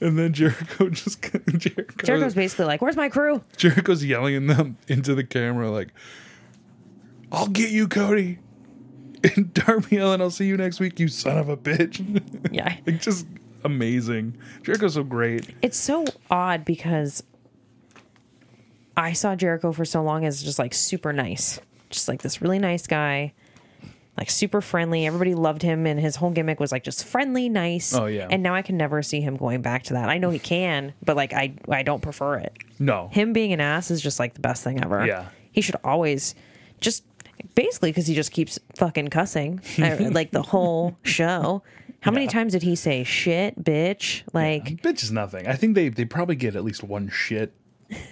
Speaker 2: and then Jericho just Jericho,
Speaker 3: Jericho's basically like, Where's my crew?
Speaker 2: Jericho's yelling in them into the camera like, "I'll get you, Cody." And Darby Allen, I'll see you next week, you son of a bitch.
Speaker 3: Yeah.
Speaker 2: like just amazing. Jericho's so great.
Speaker 3: It's so odd because I saw Jericho for so long as just like super nice, just like this really nice guy, like super friendly. Everybody loved him, and his whole gimmick was like just friendly, nice.
Speaker 2: Oh, yeah.
Speaker 3: And now I can never see him going back to that. I know he can, but like I, I don't prefer it.
Speaker 2: No.
Speaker 3: Him being an ass is just like the best thing ever.
Speaker 2: Yeah.
Speaker 3: he should always just basically because he just keeps fucking cussing I- like the uh, whole show. How many times did he say shit, bitch? Like,
Speaker 2: Bitch is nothing. I think they they probably get at least one shit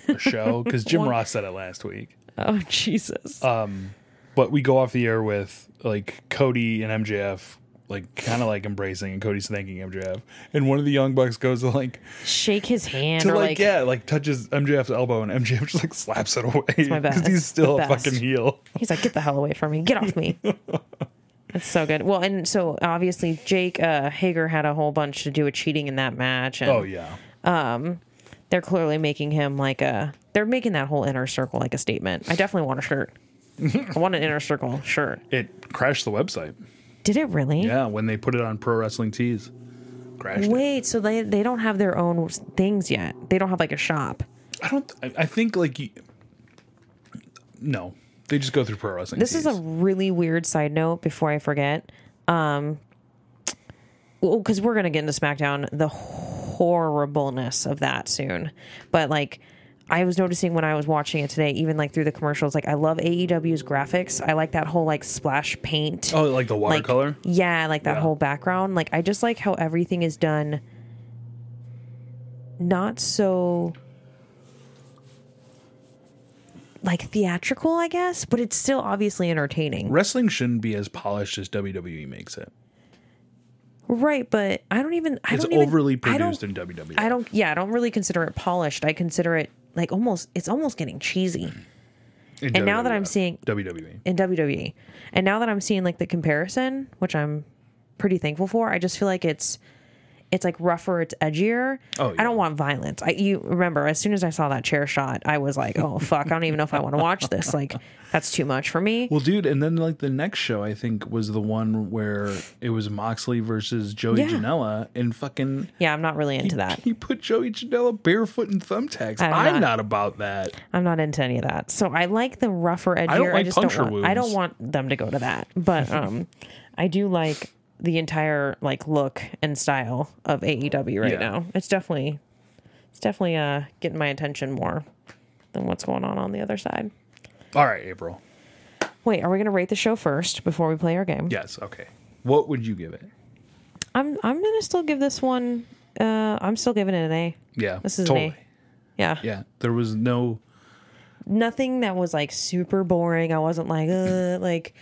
Speaker 2: a show because Jim
Speaker 3: One-
Speaker 2: Ross said it last week.
Speaker 3: oh Jesus.
Speaker 2: Uh, But we go off the air with like Cody and MJF. Like kind of like embracing, and Cody's thanking MJF, and one of the young bucks goes like
Speaker 3: Shake his hand
Speaker 2: to
Speaker 3: or
Speaker 2: like,
Speaker 3: like,
Speaker 2: yeah, like touches MJF's elbow, and MJF just like slaps it away
Speaker 3: my best.
Speaker 2: he's still
Speaker 3: The
Speaker 2: a
Speaker 3: best.
Speaker 2: fucking heel.
Speaker 3: He's like, get the hell away from me. Get off me. That's so good. Well, and so obviously Jake uh, Hager had a whole bunch to do with cheating in that match. And
Speaker 2: Oh yeah,
Speaker 3: They're clearly making him like a. They're making that whole inner circle like a statement. I definitely want a shirt. I want an inner circle shirt.
Speaker 2: it crashed the website.
Speaker 3: Did it really?
Speaker 2: Yeah, when they put it on Pro Wrestling Tees, crashed. it.
Speaker 3: Wait, so they they don't have their own things yet. They don't have like a shop.
Speaker 2: I don't. I, I think like you, no, they just go through Pro Wrestling.
Speaker 3: This is a
Speaker 2: Tees.
Speaker 3: really weird side note before I forget. Um because we're gonna get into SmackDown, the horribleness of that soon. But like I was noticing when I was watching it today, even like through the commercials, like I love AEW's graphics. I like that whole like splash paint.
Speaker 2: oh like the
Speaker 3: like
Speaker 2: watercolor.
Speaker 3: Yeah, I like that
Speaker 2: Yeah.
Speaker 3: whole background. Like I just like how everything is done not so like theatrical, I guess, but it's still obviously entertaining.
Speaker 2: Wrestling shouldn't be as polished as WWE makes it.
Speaker 3: Right, but I don't even I
Speaker 2: It's
Speaker 3: don't even,
Speaker 2: overly
Speaker 3: I
Speaker 2: produced
Speaker 3: don't,
Speaker 2: in E. WWE.
Speaker 3: I don't yeah, I don't really consider it polished. I consider it like almost it's almost getting cheesy.
Speaker 2: in E,
Speaker 3: and now that I'm
Speaker 2: WWF.
Speaker 3: seeing-
Speaker 2: WWE,
Speaker 3: in WWE. And now that I'm seeing like the comparison, which I'm pretty thankful for, I just feel like it's it's like rougher, it's edgier.
Speaker 2: Oh,
Speaker 3: I
Speaker 2: yeah.
Speaker 3: don't want violence. I you remember as soon as I saw that chair shot, I was like, "Oh fuck, I don't even know if I want to watch this. Like that's too much for me."
Speaker 2: well, dude, and then like the next show I think was the one where it was Moxley versus Joey
Speaker 3: Yeah.
Speaker 2: Janela, and fucking
Speaker 3: yeah, I'm not really into that.
Speaker 2: he put Joey Janela barefoot in thumbtacks.
Speaker 3: I'm
Speaker 2: I'm
Speaker 3: not-
Speaker 2: not about that.
Speaker 3: I'm not into any of that. So I like the rougher edgier. I,
Speaker 2: don't like
Speaker 3: just don't
Speaker 2: puncture
Speaker 3: want I don't
Speaker 2: wounds.
Speaker 3: want them to go to that. But um I do like the entire like look and style of AEW right
Speaker 2: Yeah.
Speaker 3: now. It's definitely it's definitely uh getting my attention more than what's going on on the other side.
Speaker 2: All right, April.
Speaker 3: Wait, are we going to rate the show first before we play our game?
Speaker 2: Yes. Okay. What would you give it?
Speaker 3: I'm I'm going to still give this one uh I'm still giving it an A.
Speaker 2: Yeah.
Speaker 3: This is
Speaker 2: totally.
Speaker 3: an A. Yeah.
Speaker 2: Yeah. There was no.
Speaker 3: nothing that was like super boring. I wasn't like uh, like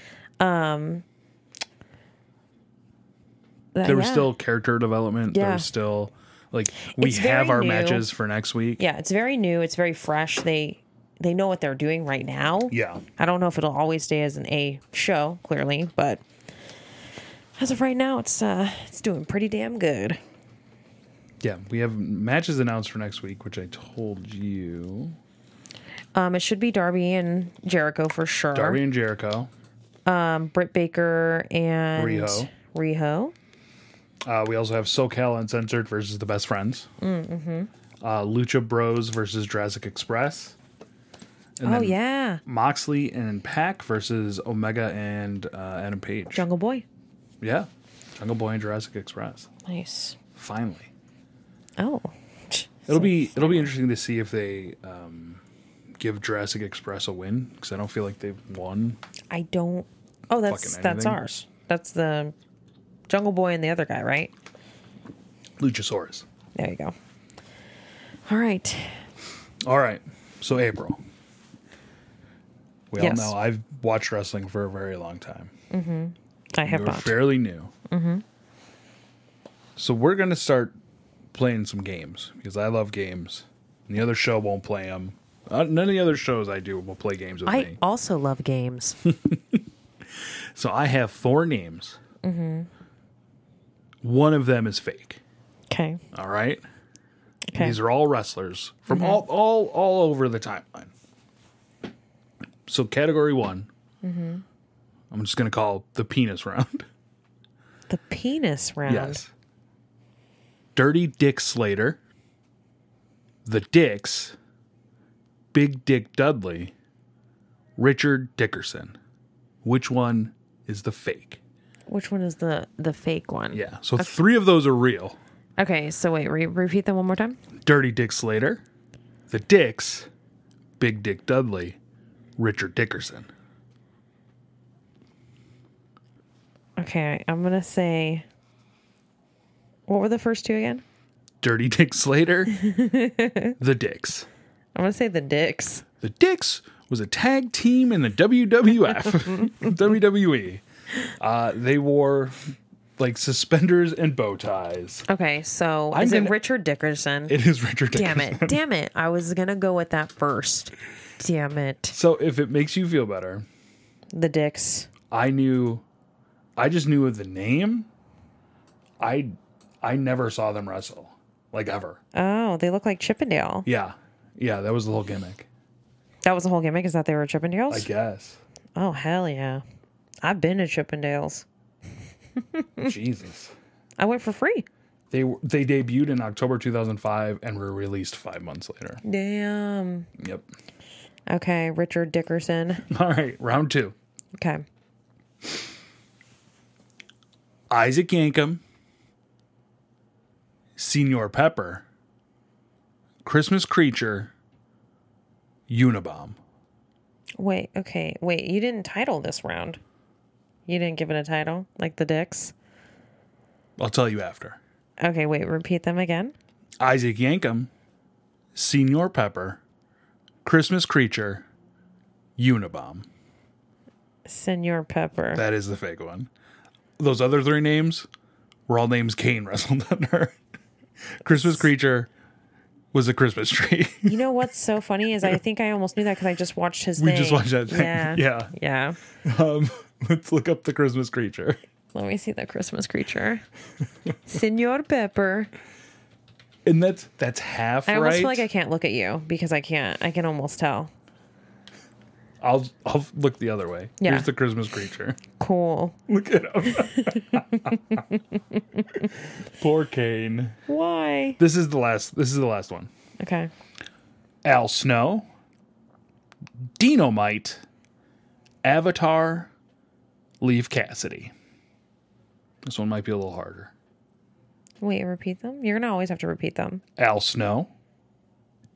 Speaker 3: um that-
Speaker 2: There was
Speaker 3: yeah.
Speaker 2: still character development. There
Speaker 3: Yeah.
Speaker 2: was still like we
Speaker 3: It's
Speaker 2: have
Speaker 3: very
Speaker 2: our
Speaker 3: new.
Speaker 2: matches for next week.
Speaker 3: yeah, it's very new, it's very fresh. They they know what they're doing right now.
Speaker 2: Yeah.
Speaker 3: I don't know if it'll always stay as an A show, clearly, but as of right now, it's uh it's doing pretty damn good.
Speaker 2: Yeah. We have matches announced for next week, which I told you.
Speaker 3: Um, it should be Darby and Jericho for sure.
Speaker 2: Darby and Jericho.
Speaker 3: Britt Baker and
Speaker 2: Riho.
Speaker 3: Riho.
Speaker 2: Uh, we also have SoCal Uncensored versus the Best Friends. Mm-hmm. Uh, Lucha Bros versus Jurassic Express.
Speaker 3: oh yeah,
Speaker 2: Moxley and Pack versus Omega and uh, Adam Page.
Speaker 3: Jungle Boy.
Speaker 2: yeah. Jungle Boy and Jurassic Express.
Speaker 3: Nice.
Speaker 2: Finally.
Speaker 3: Oh.
Speaker 2: It'll be it'll be interesting to see if they um, give Jurassic Express a win because I don't feel like they've won.
Speaker 3: I don't. Oh, that's
Speaker 2: Fucking
Speaker 3: that's
Speaker 2: anything.
Speaker 3: ours. That's the Jungle Boy and the other guy, right?
Speaker 2: Luchasaurus.
Speaker 3: There you go. All right.
Speaker 2: All right, so April. We
Speaker 3: Yes.
Speaker 2: all know I've watched wrestling for a very long time.
Speaker 3: I have
Speaker 2: We're
Speaker 3: not.
Speaker 2: fairly new. Mm-hmm. So we're gonna start playing some games because I love games. And the other show won't play them. Uh, none of the other shows I do will play games with
Speaker 3: I
Speaker 2: me.
Speaker 3: also love games.
Speaker 2: So I have four names. Mm-hmm. One of them is fake.
Speaker 3: okay.
Speaker 2: All right.
Speaker 3: Okay. Mm-hmm.
Speaker 2: These are all wrestlers from all, all all over the timeline. So category one,
Speaker 3: Mm-hmm.
Speaker 2: I'm just gonna call the penis round.
Speaker 3: the penis round.
Speaker 2: yes. Dirty Dick Slater, the Dicks, Big Dick Dudley, Richard Dickerson. Which one is the fake?
Speaker 3: Which one is the the fake one?
Speaker 2: Yeah. So three of those are real.
Speaker 3: Okay. So wait, re- repeat them one more time.
Speaker 2: Dirty Dick Slater, the Dicks, Big Dick Dudley, Richard Dickerson.
Speaker 3: Okay. I'm gonna say What were the first two again?
Speaker 2: Dirty Dick Slater, the Dicks.
Speaker 3: I'm gonna say the Dicks.
Speaker 2: The Dicks was a tag team in the WWF, WWE. Uh, they wore like suspenders and bow ties.
Speaker 3: Okay, so
Speaker 2: I'm
Speaker 3: is it
Speaker 2: gonna-
Speaker 3: Richard Dickerson?
Speaker 2: It is Richard
Speaker 3: Damn
Speaker 2: Dickerson.
Speaker 3: it! Damn it! I was gonna go with that first. Damn it!
Speaker 2: So if it makes you feel better,
Speaker 3: The Dicks.
Speaker 2: I knew, I just knew of the name. I, I never saw them wrestle, like ever.
Speaker 3: Oh, they look like Chippendale.
Speaker 2: Yeah, yeah, that was the whole gimmick.
Speaker 3: That was the whole gimmick. Is that they were Chippendales?
Speaker 2: I guess.
Speaker 3: oh hell yeah! I've been to Chippendales.
Speaker 2: Jesus.
Speaker 3: I went for free.
Speaker 2: They were- they debuted in October 2005 and were released five months later.
Speaker 3: Damn.
Speaker 2: Yep.
Speaker 3: Okay, Richard Dickerson.
Speaker 2: All right, round two.
Speaker 3: Okay.
Speaker 2: Isaac Yankum, Senor Pepper, Christmas Creature, Unabomb.
Speaker 3: Wait. Okay. Wait. You didn't title this round. You didn't give it a title, like the Dicks.
Speaker 2: I'll tell you after.
Speaker 3: Okay. Wait. Repeat them again.
Speaker 2: Isaac Yankum, Senor Pepper, Christmas Creature, Unabomb.
Speaker 3: Senor Pepper.
Speaker 2: That is the fake one. Those other three names were all names Kane wrestled under. Christmas Creature was a Christmas tree.
Speaker 3: You know what's so funny is I think I almost knew that because I just watched his.
Speaker 2: we
Speaker 3: thing.
Speaker 2: just watched that thing.
Speaker 3: Yeah.
Speaker 2: yeah.
Speaker 3: Yeah.
Speaker 2: Um, let's look up the Christmas Creature.
Speaker 3: Let me see that Christmas creature. Senor Pepper.
Speaker 2: And that's that's half
Speaker 3: I almost
Speaker 2: right.
Speaker 3: feel like I can't look at you because I can't. I can almost tell.
Speaker 2: I'll I'll look the other way.
Speaker 3: Yeah.
Speaker 2: Here's the Christmas creature.
Speaker 3: Cool.
Speaker 2: Look at him. Poor Kane.
Speaker 3: Why?
Speaker 2: This is the last this is the last one.
Speaker 3: Okay.
Speaker 2: Al Snow, Dinomite, Avatar, Leave Cassidy. This one might be a little harder.
Speaker 3: Wait, repeat them? You're going to always have to repeat them.
Speaker 2: Al Snow,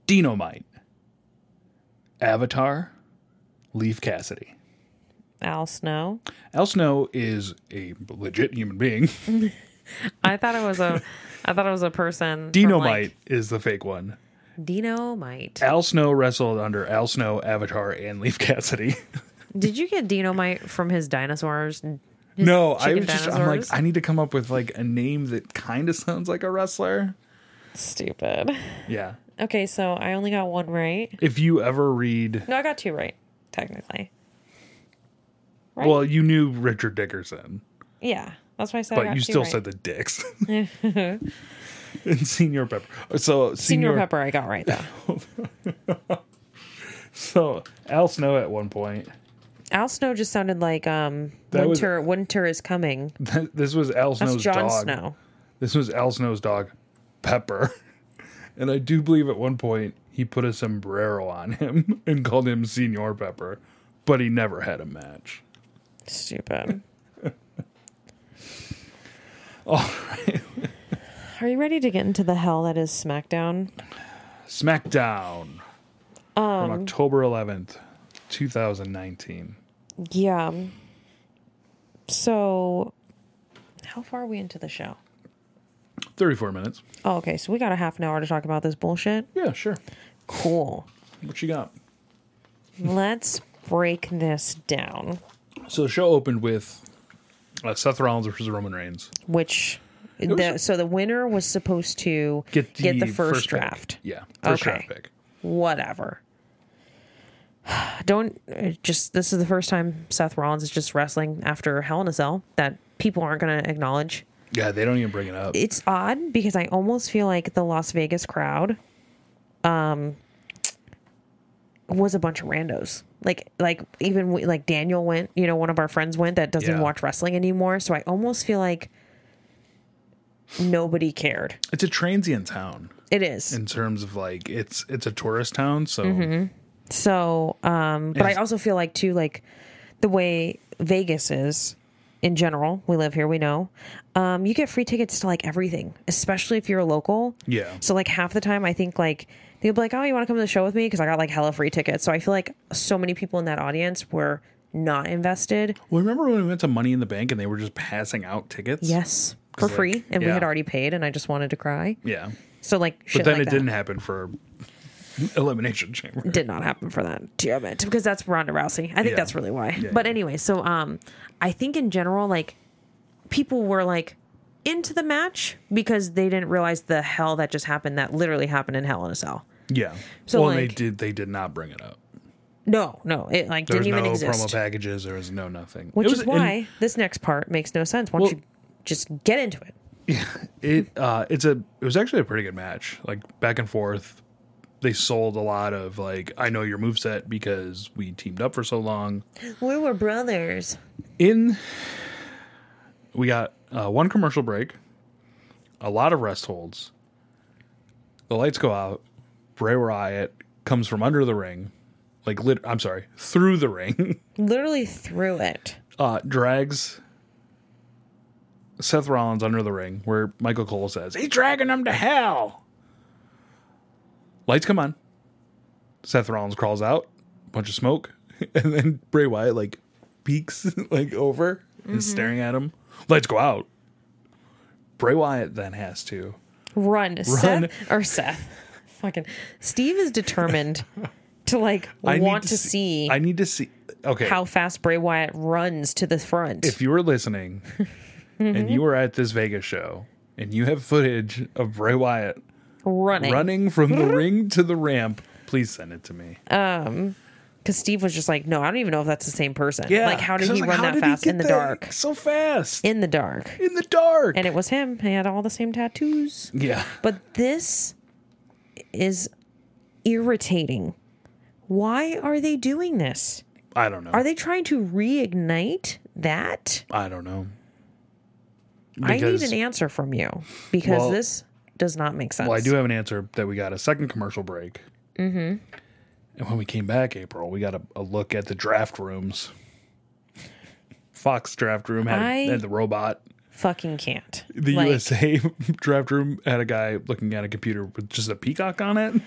Speaker 2: Dinomite, Avatar, Leave Cassidy.
Speaker 3: Al Snow.
Speaker 2: Al Snow is a legit human being.
Speaker 3: I thought it was a I thought it was a person. from,
Speaker 2: Dinomite
Speaker 3: like,
Speaker 2: is the fake one.
Speaker 3: Dinomite.
Speaker 2: Al Snow wrestled under Al Snow, Avatar, and Leaf Cassidy.
Speaker 3: Did you get Dinomite from his dinosaurs?
Speaker 2: no, I
Speaker 3: chicken
Speaker 2: was just I'm like
Speaker 3: dinosaurs?
Speaker 2: I need to come up with like a name that kind of sounds like a wrestler.
Speaker 3: Stupid.
Speaker 2: Yeah.
Speaker 3: Okay, so I only got one right.
Speaker 2: If you ever read
Speaker 3: No, I got two right, technically.
Speaker 2: well, you knew Richard Dickerson,
Speaker 3: Yeah. That's why I said I
Speaker 2: but
Speaker 3: got
Speaker 2: you
Speaker 3: two
Speaker 2: still
Speaker 3: right.
Speaker 2: said the dicks. and Senior Pepper. So
Speaker 3: Senior
Speaker 2: Senior, Pepper.
Speaker 3: Pepper I got right though.
Speaker 2: So Al Snow at one point.
Speaker 3: Al Snow just sounded like um
Speaker 2: That was-
Speaker 3: winter winter is coming.
Speaker 2: This was Al
Speaker 3: That's
Speaker 2: Snow's
Speaker 3: Jon
Speaker 2: dog.
Speaker 3: Snow.
Speaker 2: This was Al Snow's dog, Pepper. And I do believe at one point he put a sombrero on him and called him Senor Pepper, but he never had a match.
Speaker 3: Stupid. Are you ready to get into the hell that is SmackDown?
Speaker 2: SmackDown from October 11th, 2019.
Speaker 3: Yeah. So how far are we into the show?
Speaker 2: 34 minutes.
Speaker 3: Oh, okay, so we got a half an hour to talk about this bullshit.
Speaker 2: Yeah, sure.
Speaker 3: Cool.
Speaker 2: What you got?
Speaker 3: Let's break this down.
Speaker 2: So the show opened with uh, Seth Rollins versus Roman Reigns.
Speaker 3: Which the, so the winner was supposed to
Speaker 2: Get the,
Speaker 3: first,
Speaker 2: pick.
Speaker 3: draft.
Speaker 2: Yeah, first
Speaker 3: Okay.
Speaker 2: draft pick.
Speaker 3: whatever. Don't uh, just. This is the first time Seth Rollins is just wrestling after Hell in a Cell that people aren't going to acknowledge.
Speaker 2: Yeah, they don't even bring it up.
Speaker 3: It's odd because I almost feel like the Las Vegas crowd, um, was a bunch of randos. Like, like even we, like Daniel went. You know, one of our friends went that doesn't
Speaker 2: Yeah.
Speaker 3: watch wrestling anymore. So I almost feel like nobody cared.
Speaker 2: It's a transient town.
Speaker 3: It is
Speaker 2: in terms of like it's it's a tourist town, so
Speaker 3: So, um, but I
Speaker 2: Yes.
Speaker 3: also feel like too, like the way Vegas is in general, we live here, we know, um, you get free tickets to like everything, especially if you're a local.
Speaker 2: yeah.
Speaker 3: So like half the time I think like they'll be like, oh, you want to come to the show with me? Cause I got like hella free tickets. So I feel like so many people in that audience were not invested.
Speaker 2: Well, remember when we went to Money in the Bank and they were just passing out tickets?
Speaker 3: Yes. for
Speaker 2: 'cause, like,
Speaker 3: free, and we
Speaker 2: yeah.
Speaker 3: had already paid, and I just wanted to cry.
Speaker 2: Yeah.
Speaker 3: So like,
Speaker 2: But
Speaker 3: shit
Speaker 2: then
Speaker 3: like
Speaker 2: it
Speaker 3: that.
Speaker 2: didn't happen for Elimination Chamber.
Speaker 3: did not happen for that. Damn it. Because that's Ronda Rousey. I think
Speaker 2: Yeah.
Speaker 3: that's really why.
Speaker 2: Yeah,
Speaker 3: but
Speaker 2: yeah.
Speaker 3: anyway, so um I think in general, like people were like into the match because they didn't realize the hell that just happened that literally happened in Hell in a Cell.
Speaker 2: Yeah.
Speaker 3: So,
Speaker 2: well, and they
Speaker 3: like-
Speaker 2: did. They did not bring it up.
Speaker 3: No, no, it like
Speaker 2: There was
Speaker 3: didn't
Speaker 2: no
Speaker 3: even
Speaker 2: promo
Speaker 3: exist.
Speaker 2: packages. There was no nothing.
Speaker 3: Which
Speaker 2: It was-
Speaker 3: is
Speaker 2: and
Speaker 3: why this next part makes no sense. Why don't
Speaker 2: Well-
Speaker 3: you just get into it?
Speaker 2: it uh, it's a it was actually a pretty good match. Like back and forth. They sold a lot of like I know your moveset because we teamed up for so long.
Speaker 3: We were brothers.
Speaker 2: in we got uh, one commercial break a lot of rest holds the lights go out bray wyatt comes from under the ring like lit- i'm sorry through the ring
Speaker 3: Literally through it.
Speaker 2: uh, drags seth rollins under the ring where michael cole says he's dragging him to hell lights come on seth rollins crawls out bunch of smoke and then bray wyatt like peeks like over and
Speaker 3: Mm-hmm.
Speaker 2: staring at him. Let's go out. Bray Wyatt then has to.
Speaker 3: Run, Seth or Seth. Fucking Steve is determined to like
Speaker 2: I need
Speaker 3: want to see,
Speaker 2: I need to see. Okay,
Speaker 3: how fast Bray Wyatt runs to the front.
Speaker 2: if you were listening and you were at this Vegas show and you have footage of Bray Wyatt
Speaker 3: running.
Speaker 2: running from the ring to the ramp, please send it to me.
Speaker 3: Because Steve was just like, no, I don't even know if that's the same person. Like, how did
Speaker 2: 'cause I
Speaker 3: he
Speaker 2: was like,
Speaker 3: run
Speaker 2: how
Speaker 3: that
Speaker 2: did he
Speaker 3: fast in the
Speaker 2: get that
Speaker 3: dark?
Speaker 2: So fast
Speaker 3: In the dark.
Speaker 2: in the dark.
Speaker 3: And it was him. He had all the same tattoos.
Speaker 2: yeah,
Speaker 3: But this is irritating. Why are they doing this?
Speaker 2: I don't know.
Speaker 3: Are they trying to reignite that?
Speaker 2: I don't know.
Speaker 3: I
Speaker 2: Because-
Speaker 3: need an answer from you because
Speaker 2: Well-
Speaker 3: this does not make sense.
Speaker 2: Well, I do have an answer that we got a second commercial break. Mm-hmm. And when we came back, April, we got a, a look at the draft rooms. Fox draft room had,
Speaker 3: I-
Speaker 2: had the robot.
Speaker 3: Fucking can't.
Speaker 2: The
Speaker 3: Like,
Speaker 2: USA draft room had a guy looking at a computer with just a peacock on it.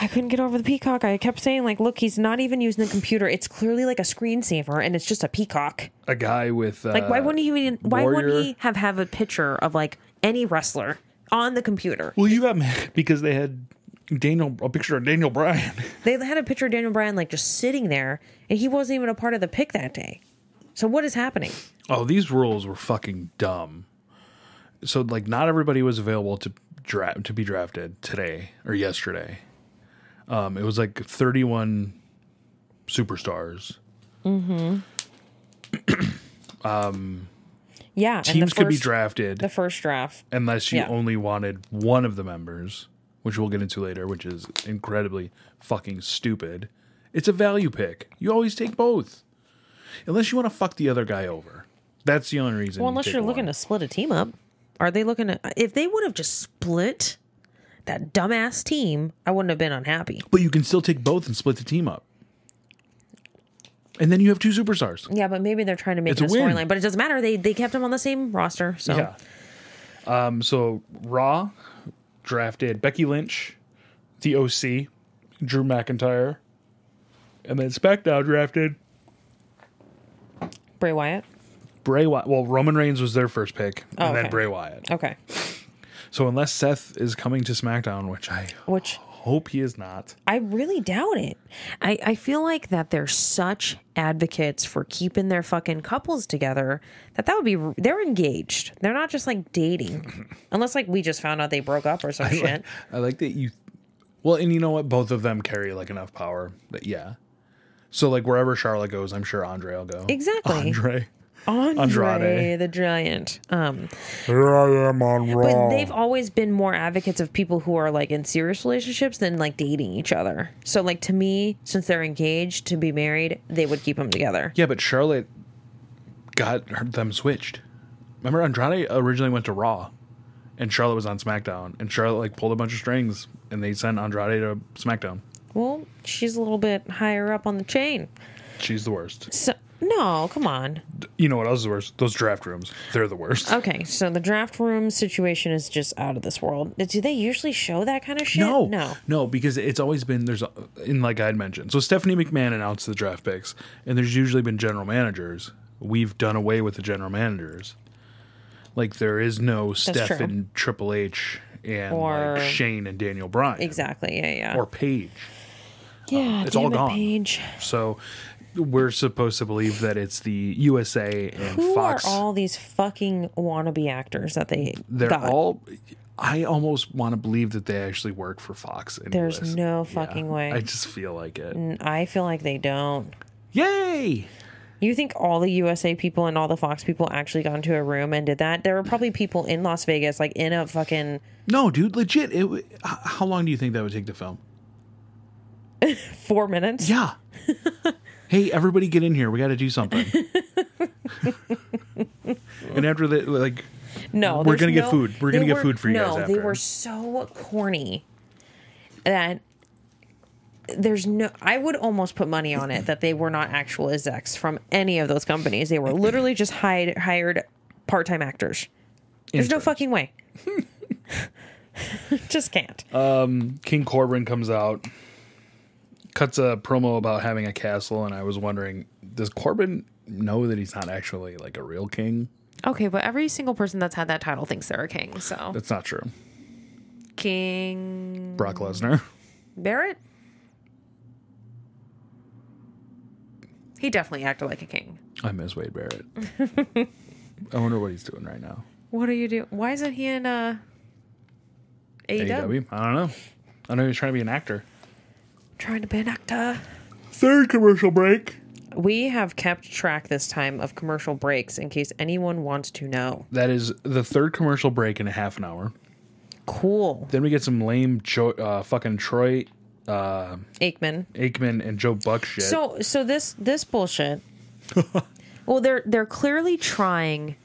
Speaker 3: I couldn't get over the peacock. I kept saying, like, look, he's not even using the computer. It's clearly like a screensaver and it's just a peacock.
Speaker 2: A guy with uh,
Speaker 3: Like, why wouldn't he even, why
Speaker 2: Warrior.
Speaker 3: wouldn't he have have a picture of like any wrestler on the computer?
Speaker 2: Well, you got mad because they had Daniel a picture of Daniel Bryan.
Speaker 3: They had a picture of Daniel Bryan like just sitting there and he wasn't even a part of the pick that day. So what is happening?
Speaker 2: Oh, these rules were fucking dumb. So like not everybody was available to draft to be drafted today or yesterday. Um, it was like 31 superstars.
Speaker 3: Yeah. and
Speaker 2: Teams
Speaker 3: the first,
Speaker 2: could be drafted
Speaker 3: The first draft.
Speaker 2: unless you
Speaker 3: yeah.
Speaker 2: only wanted one of the members, which we'll get into later, which is incredibly fucking stupid. It's a value pick. You always take both. Unless you want to fuck the other guy over. That's the only reason.
Speaker 3: Well,
Speaker 2: you
Speaker 3: unless
Speaker 2: take
Speaker 3: you're
Speaker 2: one.
Speaker 3: looking to split a team up, are they looking to? If they would have just split that dumbass team, I wouldn't have been unhappy.
Speaker 2: But you can still take both and split the team up. And then you have two superstars.
Speaker 3: Yeah, but maybe they're trying to make
Speaker 2: It's
Speaker 3: it a
Speaker 2: a win.
Speaker 3: storyline. But it doesn't matter. They they kept him on the same roster. So
Speaker 2: Um, so Raw drafted Becky Lynch, the OC, Drew McIntyre, and then SmackDown drafted
Speaker 3: Bray Wyatt.
Speaker 2: Bray Wyatt. Well, Roman Reigns was their first pick, and
Speaker 3: Oh,
Speaker 2: then
Speaker 3: okay.
Speaker 2: Bray Wyatt.
Speaker 3: Okay,
Speaker 2: So unless Seth is coming to SmackDown, which I
Speaker 3: which
Speaker 2: hope he is not,
Speaker 3: I really doubt it. I I feel like that they're such advocates for keeping their fucking couples together that that would be they're engaged. They're not just like dating, unless like we just found out they broke up or some shit.
Speaker 2: I like that you. Well, and you know what? Both of them carry like enough power that yeah. So like wherever Charlotte goes, I'm sure Andre will go.
Speaker 3: Exactly.
Speaker 2: Andre.
Speaker 3: Andre,
Speaker 2: Andrade.
Speaker 3: the Giant. Um,
Speaker 2: Here I am on Raw.
Speaker 3: but they've always been more advocates of people who are like in serious relationships than like dating each other. So like to me, since they're engaged to be married, they would keep them together.
Speaker 2: yeah, but Charlotte got her- them switched. Remember, Andrade originally went to Raw, and Charlotte was on SmackDown, and Charlotte like pulled a bunch of strings, and they sent Andrade to SmackDown.
Speaker 3: Well, she's a little bit higher up on the chain.
Speaker 2: She's the worst.
Speaker 3: So no, come on.
Speaker 2: You know what else is worse? Those draft rooms. They're the worst.
Speaker 3: Okay, so the draft room situation is just out of this world. Do they usually show that kind of shit?
Speaker 2: No,
Speaker 3: no.
Speaker 2: no, because it's always been there's uh, in like I had mentioned. So Stephanie McMahon announced the draft picks, and there's usually been general managers. We've done away with the general managers. Like there is no Steph
Speaker 3: true.
Speaker 2: and Triple H and
Speaker 3: Or-
Speaker 2: like Shane and Daniel Bryan
Speaker 3: Exactly. Yeah. Yeah.
Speaker 2: or Paige.
Speaker 3: yeah.
Speaker 2: it's
Speaker 3: damn
Speaker 2: all
Speaker 3: it,
Speaker 2: gone.
Speaker 3: Paige.
Speaker 2: So we're supposed to believe that it's the USA and
Speaker 3: Who
Speaker 2: Fox.
Speaker 3: are all these fucking wannabe actors that they
Speaker 2: They're
Speaker 3: got?
Speaker 2: all. I almost want to believe that they actually work for Fox. And
Speaker 3: There's
Speaker 2: USA.
Speaker 3: no fucking way. Mm.
Speaker 2: I just feel like it.
Speaker 3: And I feel like they don't.
Speaker 2: Yay!
Speaker 3: You think all the USA people and all the Fox people actually got into a room and did that? There were probably people in Las Vegas, like in a fucking
Speaker 2: No, dude, legit. It. w- h- How long do you think that would take to film?
Speaker 3: four minutes.
Speaker 2: Yeah. hey, everybody, get in here. We got to do something. and after that, like,
Speaker 3: No,
Speaker 2: We're
Speaker 3: there's
Speaker 2: gonna get
Speaker 3: no-
Speaker 2: food. We're gonna
Speaker 3: they
Speaker 2: get
Speaker 3: were-
Speaker 2: food for you
Speaker 3: no,
Speaker 2: guys
Speaker 3: they
Speaker 2: after.
Speaker 3: were so corny that there's no. I would almost put money on it that they were not actual execs from any of those companies. They were literally just hired hired part time actors. There's no
Speaker 2: Interns.
Speaker 3: fucking way. just can't.
Speaker 4: Uh,
Speaker 2: King Corbin comes out, cuts a promo about having a castle, and I was wondering, does Corbin know that he's not actually like a real king?
Speaker 4: Okay, but every single person that's had that title thinks they're a king. So
Speaker 2: That's not true.
Speaker 4: King
Speaker 2: Brock
Speaker 3: Mm.
Speaker 2: Lesnar.
Speaker 4: Barrett. He definitely acted like a king.
Speaker 2: I miss Wade Barrett. I wonder what he's doing right now.
Speaker 4: What are you doing? Why isn't he in uh, AEW?
Speaker 2: AEW? E I don't know. I know he's trying to be an actor.
Speaker 4: Trying to be an actor.
Speaker 2: Third commercial break.
Speaker 3: We have kept track this time of commercial breaks in case anyone wants to know.
Speaker 2: That is the third commercial break in a half an hour.
Speaker 3: Cool.
Speaker 2: Then we get some lame jo- uh, fucking Troy
Speaker 3: Aikman.
Speaker 2: Aikman and Joe Buck shit.
Speaker 3: So so this this bullshit. well, they're they're clearly trying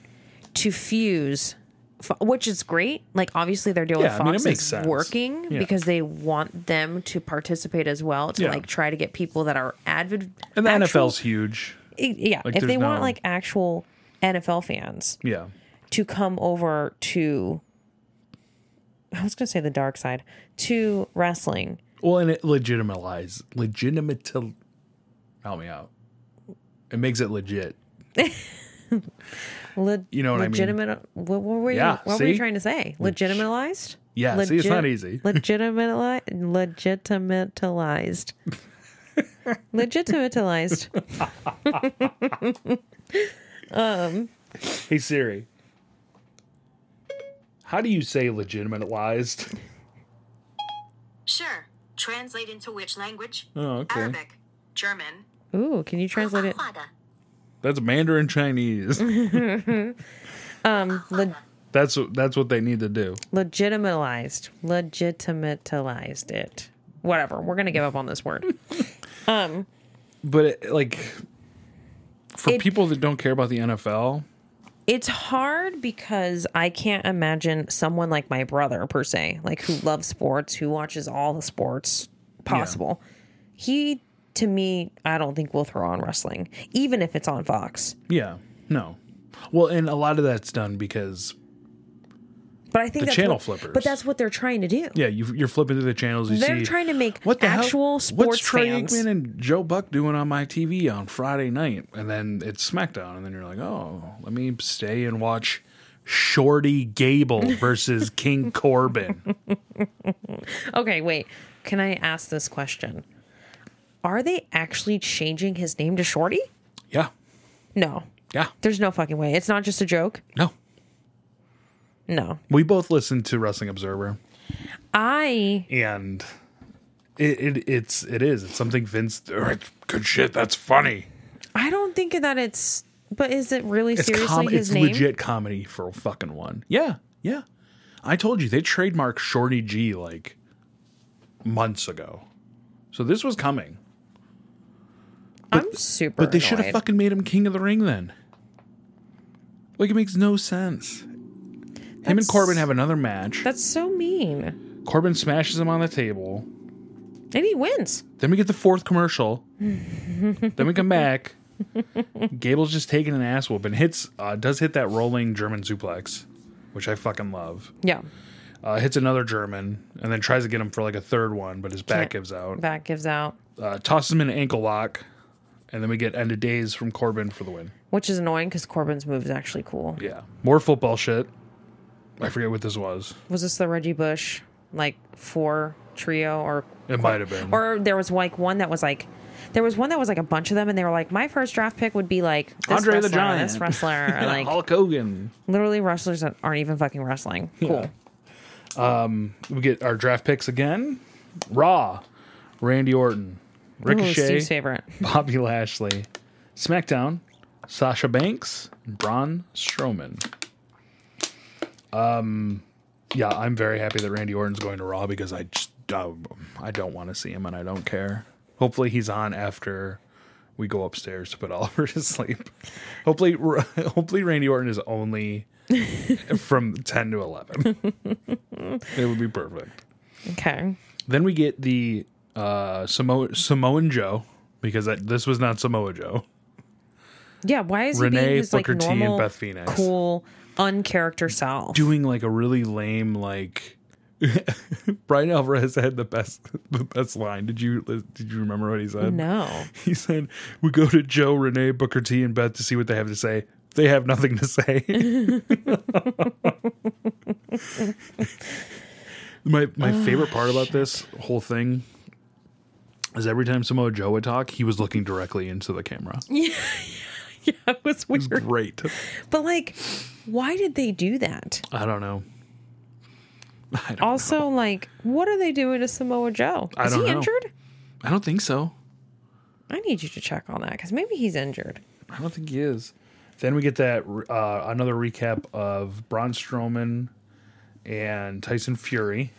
Speaker 3: to fuse Fo- which is great. Like obviously their deal
Speaker 2: Yeah,
Speaker 3: with
Speaker 2: I
Speaker 3: Fox
Speaker 2: mean, it makes
Speaker 3: is
Speaker 2: sense.
Speaker 3: working
Speaker 2: Yeah.
Speaker 3: because they want them to participate as well to
Speaker 2: Yeah.
Speaker 3: like try to get people that are avid
Speaker 2: and the
Speaker 3: actual-
Speaker 2: NFL's huge.
Speaker 3: I- yeah,
Speaker 2: like,
Speaker 3: if they
Speaker 2: there's
Speaker 3: want
Speaker 2: no-
Speaker 3: like actual NFL fans
Speaker 2: Yeah.
Speaker 3: to come over to I was going to say the dark side to wrestling.
Speaker 2: Well, and it legitimalize legitimate. Help me out. It makes it legit.
Speaker 3: Le-
Speaker 2: You know what I mean.
Speaker 3: legitimate, I mean? What, what were you?
Speaker 2: Yeah,
Speaker 3: what were you
Speaker 2: see?
Speaker 3: trying to say? Legitimalized?
Speaker 2: Yeah, see, it's not easy.
Speaker 3: Legitimalized. Legitimatized. Legitimatized.
Speaker 2: Hey Siri, how do you say legitimatized?
Speaker 5: Sure. Translate into which language?
Speaker 2: Oh, okay.
Speaker 5: Arabic, German,
Speaker 3: Ooh, can you translate it?
Speaker 5: Ahuada.
Speaker 2: That's Mandarin Chinese.
Speaker 3: Le-
Speaker 2: that's that's what they need to do.
Speaker 3: legitimatized. Legitimatized it. Whatever. We're gonna give up on this word.
Speaker 2: But it, like, for
Speaker 3: It-
Speaker 2: people that don't care about the NFL,
Speaker 3: it's hard because I can't imagine someone like my brother per se, like who loves sports, who watches all the sports possible. He to me, I don't think will throw on wrestling, even if it's on Fox.
Speaker 2: yeah, no. Well, and a lot of that's done because
Speaker 3: But I think
Speaker 2: The
Speaker 3: that's
Speaker 2: channel
Speaker 3: what,
Speaker 2: flippers.
Speaker 3: But that's what they're trying to do.
Speaker 2: yeah, you, you're flipping through the channels. You
Speaker 3: They're
Speaker 2: see
Speaker 3: trying to make
Speaker 2: what the hell-
Speaker 3: actual
Speaker 2: What's
Speaker 3: sports
Speaker 2: Troy
Speaker 3: fans.
Speaker 2: Aikman and Joe Buck doing on my TV on Friday night? And then it's SmackDown, and then you're like, oh, let me stay and watch Shorty Gable versus King Corbin.
Speaker 3: Okay, wait. Can I ask this question? Are they actually changing his name to Shorty?
Speaker 2: Yeah,
Speaker 3: No.
Speaker 2: yeah,
Speaker 3: There's no fucking way. It's not just a joke.
Speaker 2: no.
Speaker 3: No.
Speaker 2: We both listened to Wrestling Observer,
Speaker 3: I
Speaker 2: and it, it it's it is it's something Vince. all right, Good shit, that's funny.
Speaker 3: I don't think that it's. But is it really
Speaker 2: It's
Speaker 3: seriously
Speaker 2: com-
Speaker 3: his
Speaker 2: it's
Speaker 3: name?
Speaker 2: legit comedy for fucking one. Yeah, yeah. I told you they trademarked Shorty G like months ago, so this was coming.
Speaker 3: I'm super.
Speaker 2: But they should have
Speaker 3: annoyed.
Speaker 2: fucking made him King of the Ring then. Like it makes no sense. Him and
Speaker 3: That's-
Speaker 2: Corbin have another match.
Speaker 3: That's so mean.
Speaker 2: Corbin smashes him on the table.
Speaker 3: And he wins.
Speaker 2: Then we get the fourth commercial. then we come back. Gable's just taking an ass whoop and hits uh, does hit that rolling German suplex, which I fucking love.
Speaker 3: Yeah.
Speaker 2: Uh, hits another German and then tries to get him for like a third one, but his back
Speaker 3: Can't-
Speaker 2: gives out.
Speaker 3: Back gives out.
Speaker 2: Uh, tosses him in an ankle lock, And then we get end of days from Corbin for the win.
Speaker 3: which is annoying because Corbin's move is actually cool.
Speaker 2: Yeah. More football shit. I forget what this was.
Speaker 3: Was this the Reggie Bush like four trio or
Speaker 2: It might have been.
Speaker 3: or there was like one that was like there was one that was like a bunch of them and they were like my first draft pick would be like this
Speaker 2: Andre the
Speaker 3: wrestler,
Speaker 2: Giant.
Speaker 3: this wrestler or, like
Speaker 2: Hulk Hogan.
Speaker 3: literally wrestlers that aren't even fucking wrestling. Cool.
Speaker 2: We get our draft picks again. Raw. Randy Orton.
Speaker 3: Ooh, Steve's
Speaker 2: Ricochet.
Speaker 3: favorite.
Speaker 2: Bobby Lashley. SmackDown. Sasha Banks. and Braun Strowman. Um yeah, I'm very happy that Randy Orton's going to Raw because I just um, I don't want to see him and I don't care. Hopefully he's on after we go upstairs to put Oliver to sleep. Hopefully hopefully Randy Orton is only from 10 to 11. it would be perfect.
Speaker 3: Okay.
Speaker 2: Then we get the uh, Samo- Samoan Joe because that, this was not Samoa Joe.
Speaker 3: Yeah, why is he
Speaker 2: Renee,
Speaker 3: being his, like,
Speaker 2: Booker T, and
Speaker 3: normal,
Speaker 2: Beth Phoenix.
Speaker 3: cool, uncharacter self?
Speaker 2: Doing like a really lame like. Brian Alvarez had the best the best line. Did you did you remember what he said?
Speaker 3: no.
Speaker 2: He said, "We go to Joe, Renee, Booker T, and Beth to see what they have to say. They have nothing to say." my my favorite part about this whole thing is every time Samoa Joe would talk, he was looking directly into the camera.
Speaker 3: Yeah, it was weird.
Speaker 2: Great.
Speaker 3: But like, why did they do that?
Speaker 2: I don't know. I don't,
Speaker 3: Also, like, what are they doing to Samoa Joe? Is
Speaker 2: I don't
Speaker 3: he
Speaker 2: know.
Speaker 3: injured?
Speaker 2: I don't think so.
Speaker 3: I need you to check on that because maybe he's injured.
Speaker 2: I don't think he is. Then we get that uh, another recap of Braun Strowman and Tyson Fury.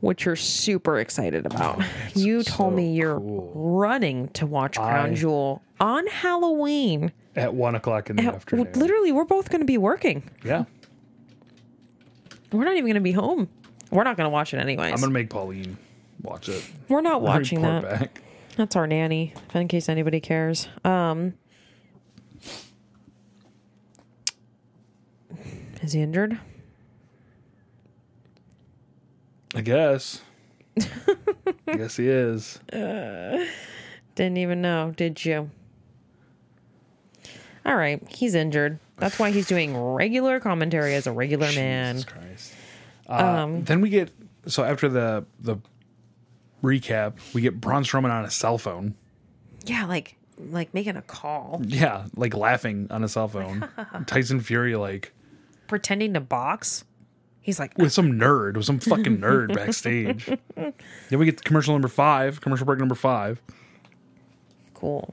Speaker 3: Which you're super excited about. you
Speaker 2: Oh,
Speaker 3: told
Speaker 2: so
Speaker 3: me you're
Speaker 2: cool.
Speaker 3: running to watch Crown
Speaker 2: I-
Speaker 3: Jewel on Halloween.
Speaker 2: at one o'clock in the
Speaker 3: Now,
Speaker 2: afternoon.
Speaker 3: Literally, we're both going to be working.
Speaker 2: Yeah,
Speaker 3: We're not even going to be home. We're not going to watch it anyways.
Speaker 2: I'm gonna make Pauline watch it.
Speaker 3: we're not watching
Speaker 2: Report
Speaker 3: that.
Speaker 2: back.
Speaker 3: That's our nanny, if in case anybody cares. Um, is he injured?
Speaker 2: I guess. yes, he is.
Speaker 3: Didn't even know, did you? All right, he's injured. That's why he's doing regular commentary as a regular man.
Speaker 2: Jesus Christ. Uh,
Speaker 3: Um,
Speaker 2: then we get so after the the recap, we get Braun Strowman on a cell phone.
Speaker 4: Yeah, like like making a call,
Speaker 2: Yeah, like laughing on a cell phone. Tyson Fury like
Speaker 4: pretending to box. He's like,
Speaker 2: with some nerd, with some fucking nerd backstage. then we get to commercial number five, commercial break number five.
Speaker 3: Cool.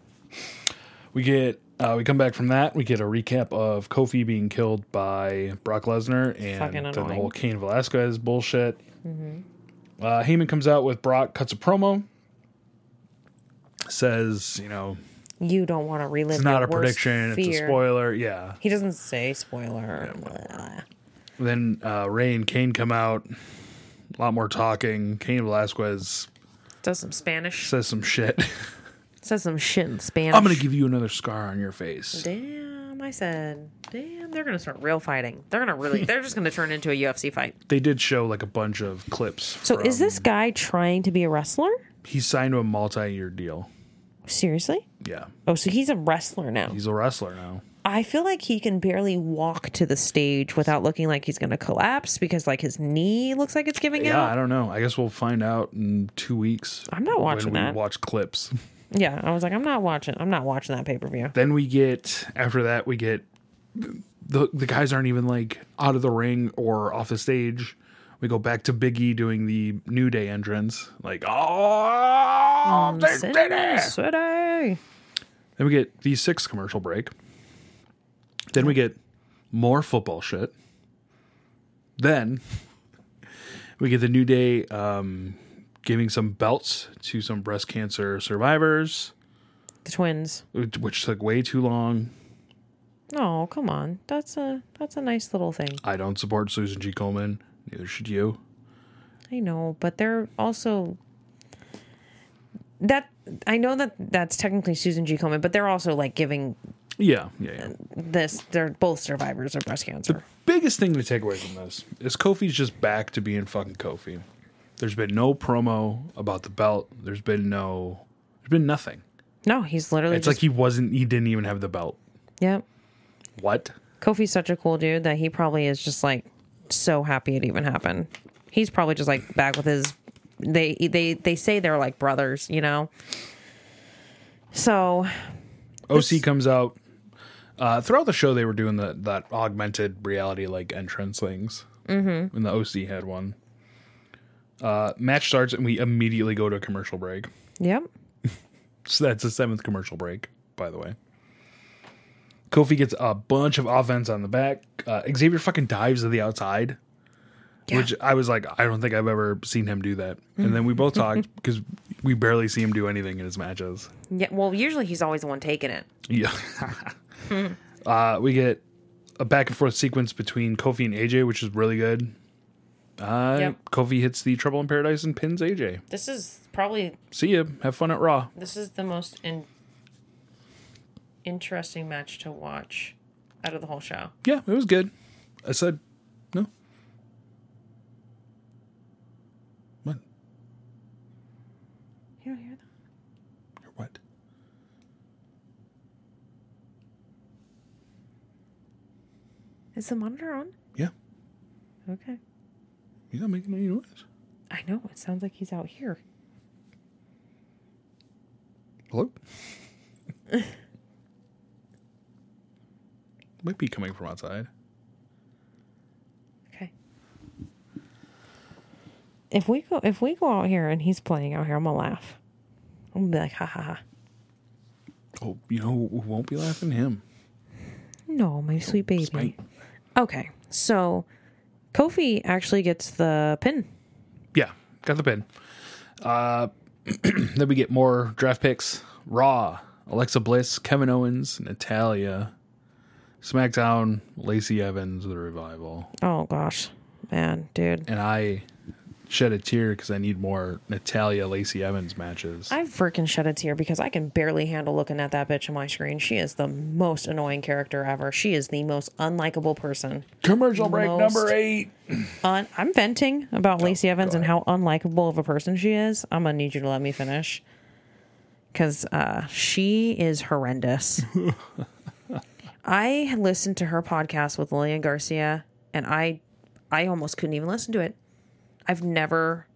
Speaker 2: We get uh, we come back from that. We get a recap of Kofi being killed by Brock Lesnar and then
Speaker 3: Fucking
Speaker 2: the
Speaker 3: annoying. Mm-hmm.
Speaker 2: whole Kane Velasquez bullshit. Uh, Heyman comes out with Brock, cuts a promo, says, you know,
Speaker 3: You don't want to relive.
Speaker 2: it's not
Speaker 3: your
Speaker 2: a
Speaker 3: worst
Speaker 2: prediction, it's a
Speaker 3: fear.
Speaker 2: spoiler. Yeah.
Speaker 3: He doesn't say spoiler.
Speaker 2: Then uh, Ray and Kane come out. A lot more talking. Kane Velasquez
Speaker 4: does some Spanish,
Speaker 2: says some shit.
Speaker 4: says some shit in Spanish.
Speaker 2: I'm gonna give you another scar on your face.
Speaker 4: Damn, I said, damn, they're gonna start real fighting. They're gonna really, they're just gonna turn into a UFC fight.
Speaker 2: They did show like a bunch of clips.
Speaker 3: So is this guy trying to be a wrestler?
Speaker 2: He signed a multi-year deal.
Speaker 3: Seriously?
Speaker 2: Yeah.
Speaker 3: Oh, so he's a wrestler now.
Speaker 2: He's a wrestler now.
Speaker 3: I feel like he can barely walk to the stage without looking like he's going to collapse because like his knee looks like it's giving
Speaker 2: Yeah, I
Speaker 3: out.
Speaker 2: don't know. I guess we'll find out in two weeks.
Speaker 3: I'm not watching
Speaker 2: when
Speaker 3: that.
Speaker 2: We watch clips.
Speaker 3: Yeah, I was like, I'm not watching. I'm not watching that pay per view.
Speaker 2: Then we get after that we get the the guys aren't even like out of the ring or off the stage. We go back to Biggie doing the New Day entrance, like oh, they did it!" Then we get the sixth commercial break. Then we get more football shit. Then we get the New Day um, giving some belts to some breast cancer survivors,
Speaker 3: The twins.
Speaker 2: which which took way too long.
Speaker 3: Oh, come on. That's a that's a nice little thing.
Speaker 2: I don't support Susan G. Coleman. Neither should you.
Speaker 3: I know, but they're also that I know that that's technically Susan G. Komen, but they're also like giving
Speaker 2: Yeah, yeah, yeah.
Speaker 3: this. They're both survivors of breast cancer.
Speaker 2: Biggest thing to take away from this is Kofi's just back to being fucking Kofi. There's been no promo about the belt. There's been no. There's been nothing.
Speaker 3: No, he's literally
Speaker 2: It's
Speaker 3: just,
Speaker 2: like he wasn't. He didn't even have the belt.
Speaker 3: yep.
Speaker 2: What?
Speaker 3: Kofi's such a cool dude that he probably is just like so happy it even happened. He's probably just like back with his they they they say they're like brothers, you know. So
Speaker 2: OC comes out. Uh, throughout the show, they were doing the, that augmented reality like entrance things. Mm-hmm. And the OC had one. Uh, match starts, and we immediately go to a commercial break.
Speaker 3: yep.
Speaker 2: So that's the seventh commercial break, by the way. Kofi gets a bunch of offense on the back. Uh, Xavier fucking dives to the outside,
Speaker 3: Yeah.
Speaker 2: which I was like, I don't think I've ever seen him do that. And then we both talked because we barely see him do anything in his matches.
Speaker 3: Yeah, well usually he's always the one taking it.
Speaker 2: Yeah. uh, we get a back and forth sequence between Kofi and AJ, which is really good. Uh,
Speaker 3: Yep.
Speaker 2: Kofi hits the Trouble in Paradise and pins AJ.
Speaker 3: This is probably
Speaker 2: See ya. Have fun at Raw.
Speaker 3: this is the most in- interesting match to watch out of the whole show.
Speaker 2: Yeah, it was good. I said, no. What?
Speaker 3: You don't hear that?
Speaker 2: Or what?
Speaker 3: Is the monitor on?
Speaker 2: Yeah.
Speaker 3: Okay.
Speaker 2: He's not making any noise.
Speaker 3: I know, it sounds like he's out here.
Speaker 2: Hello? Might be coming from outside.
Speaker 3: Okay. If we go if we go out here and he's playing out here, I'm gonna laugh. I'm gonna be like, ha ha ha.
Speaker 2: Oh, you know, we won't be laughing him.
Speaker 3: No, my sweet baby.
Speaker 2: Spite.
Speaker 3: Okay. So Kofi actually gets the pin.
Speaker 2: Yeah, got the pin. Uh, then we get more draft picks. Raw, Alexa Bliss, Kevin Owens, Natalia. SmackDown, Lacey Evans, The Revival.
Speaker 3: Oh gosh. Man, dude.
Speaker 2: And I shed a tear because I need more Natalia Lacey Evans matches.
Speaker 3: I freaking shed a tear because I can barely handle looking at that bitch on my screen. She is the most annoying character ever. She is the most unlikable person.
Speaker 2: Commercial break
Speaker 3: Most-
Speaker 2: number eight.
Speaker 3: Un- I'm venting about Lacey Evans and how unlikable of a person she is. I'm gonna need you to let me finish because uh, she is horrendous. I listened to her podcast with Lillian Garcia, and I, I almost couldn't even listen to it. I've never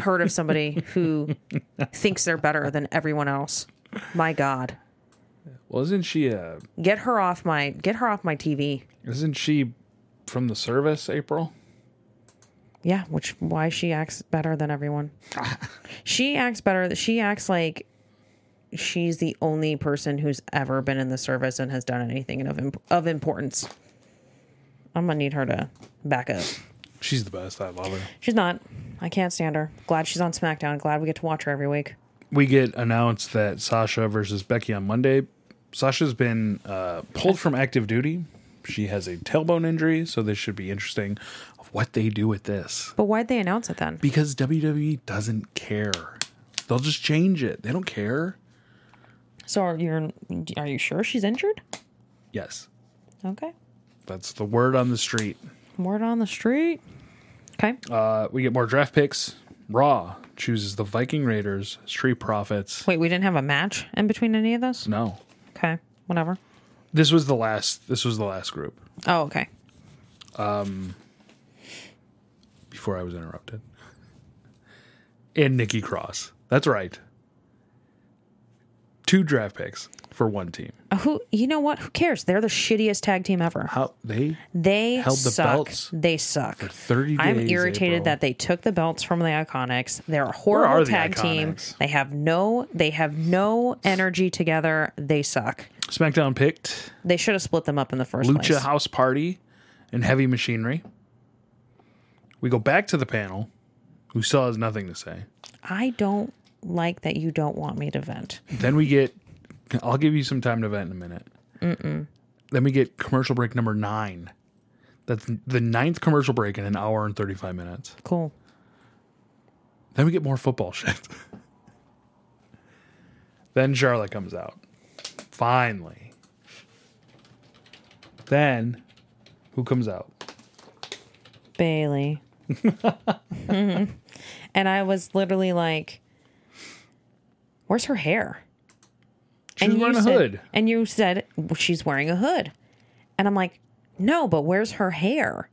Speaker 3: heard of somebody who thinks they're better than everyone else. My God,
Speaker 2: Well, isn't she uh
Speaker 3: get her off my get her off my TV.
Speaker 2: isn't she from the service, April?
Speaker 3: Yeah, which why she acts better than everyone. she acts better. She acts like she's the only person who's ever been in the service and has done anything of imp- of importance. I'm gonna need her to back up.
Speaker 2: She's the best. I love her.
Speaker 3: She's not. I can't stand her. Glad she's on SmackDown. Glad we get to watch her every week.
Speaker 2: We get announced that Sasha versus Becky on Monday. Sasha's been uh, pulled from active duty. She has a tailbone injury, so this should be interesting of what they do with this.
Speaker 3: But why'd they announce it then?
Speaker 2: Because WWE doesn't care. They'll just change it. They don't care.
Speaker 3: So are you are you sure she's injured?
Speaker 2: Yes.
Speaker 3: Okay.
Speaker 2: That's the word on the street.
Speaker 3: Word on the street. Okay.
Speaker 2: Uh, we get more draft picks. Raw chooses the Viking Raiders, Street Profits.
Speaker 3: Wait, we didn't have a match in between any of those.
Speaker 2: No.
Speaker 3: Okay. Whatever.
Speaker 2: This was the last this was the last group
Speaker 3: Oh, okay.
Speaker 2: before I was interrupted. And Nikki Cross. That's right. Two draft picks for one team.
Speaker 3: Who you know what? Who cares? They're the shittiest tag team ever.
Speaker 2: How they
Speaker 3: They
Speaker 2: held the
Speaker 3: suck.
Speaker 2: belts
Speaker 3: they suck. For
Speaker 2: 30
Speaker 3: I'm
Speaker 2: days,
Speaker 3: irritated
Speaker 2: April.
Speaker 3: that they took the belts from the Iconics. They're a horrible
Speaker 2: the
Speaker 3: tag team.
Speaker 2: Iconics?
Speaker 3: They have no they have no energy together. They suck.
Speaker 2: SmackDown picked
Speaker 3: They should have split them up in the first
Speaker 2: Lucha
Speaker 3: place.
Speaker 2: House Party and Heavy Machinery. We go back to the panel, who still has nothing to say.
Speaker 3: I don't like that you don't want me to vent.
Speaker 2: Then we get. I'll give you some time to vent in a minute. Then we get commercial break number nine. That's the ninth commercial break in an hour and 35 minutes.
Speaker 3: Cool.
Speaker 2: Then we get more football shit. then Charlotte comes out. Finally. Then who comes out?
Speaker 3: Bailey. and I was literally like, Where's her hair?
Speaker 2: She's wearing
Speaker 3: you
Speaker 2: a
Speaker 3: said,
Speaker 2: hood.
Speaker 3: And you said "Well, she's wearing a hood, and I'm like, no, but where's her hair?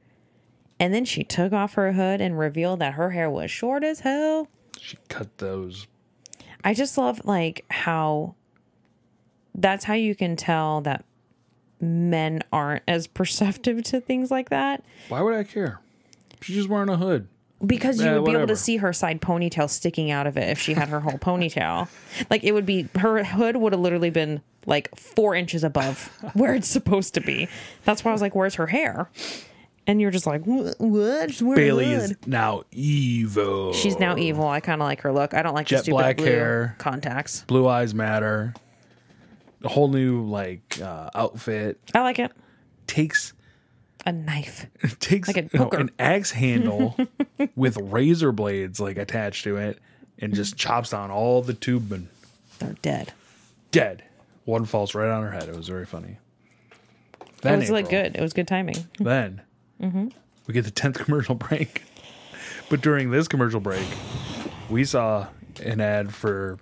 Speaker 3: And then she took off her hood and revealed that her hair was short as hell.
Speaker 2: She cut those.
Speaker 3: I just love like how that's how you can tell that men aren't as perceptive to things like that
Speaker 2: Why would I care? She's just wearing a hood.
Speaker 3: because you
Speaker 2: Yeah,
Speaker 3: would be able
Speaker 2: Eh, whatever.
Speaker 3: to see her side ponytail sticking out of it if she had her whole ponytail. Like it would be her hood would have literally been like four inches above where it's supposed to be. That's why I was like, "Where's her hair?" And you're just like, "Wh- "What?" She's wearing a
Speaker 2: Bailey
Speaker 3: hood."
Speaker 2: is now evil.
Speaker 3: She's now evil. I kind of like her look. I don't like
Speaker 2: Jet
Speaker 3: the stupid
Speaker 2: black
Speaker 3: blue
Speaker 2: hair.
Speaker 3: contacts.
Speaker 2: Blue eyes matter. A whole new like uh, outfit
Speaker 3: I like it.
Speaker 2: takes
Speaker 3: A knife.
Speaker 2: takes
Speaker 3: Like a
Speaker 2: you know,
Speaker 3: poker.
Speaker 2: an axe handle with razor blades like attached to it and just chops down all the tubing.
Speaker 3: They're dead.
Speaker 2: Dead. One falls right on her head. It was very funny.
Speaker 3: It
Speaker 2: Then
Speaker 3: was like
Speaker 2: April.
Speaker 3: good. It was good Mm-hmm. timing.
Speaker 2: Then we get the tenth commercial break. But during this commercial break, we saw an ad for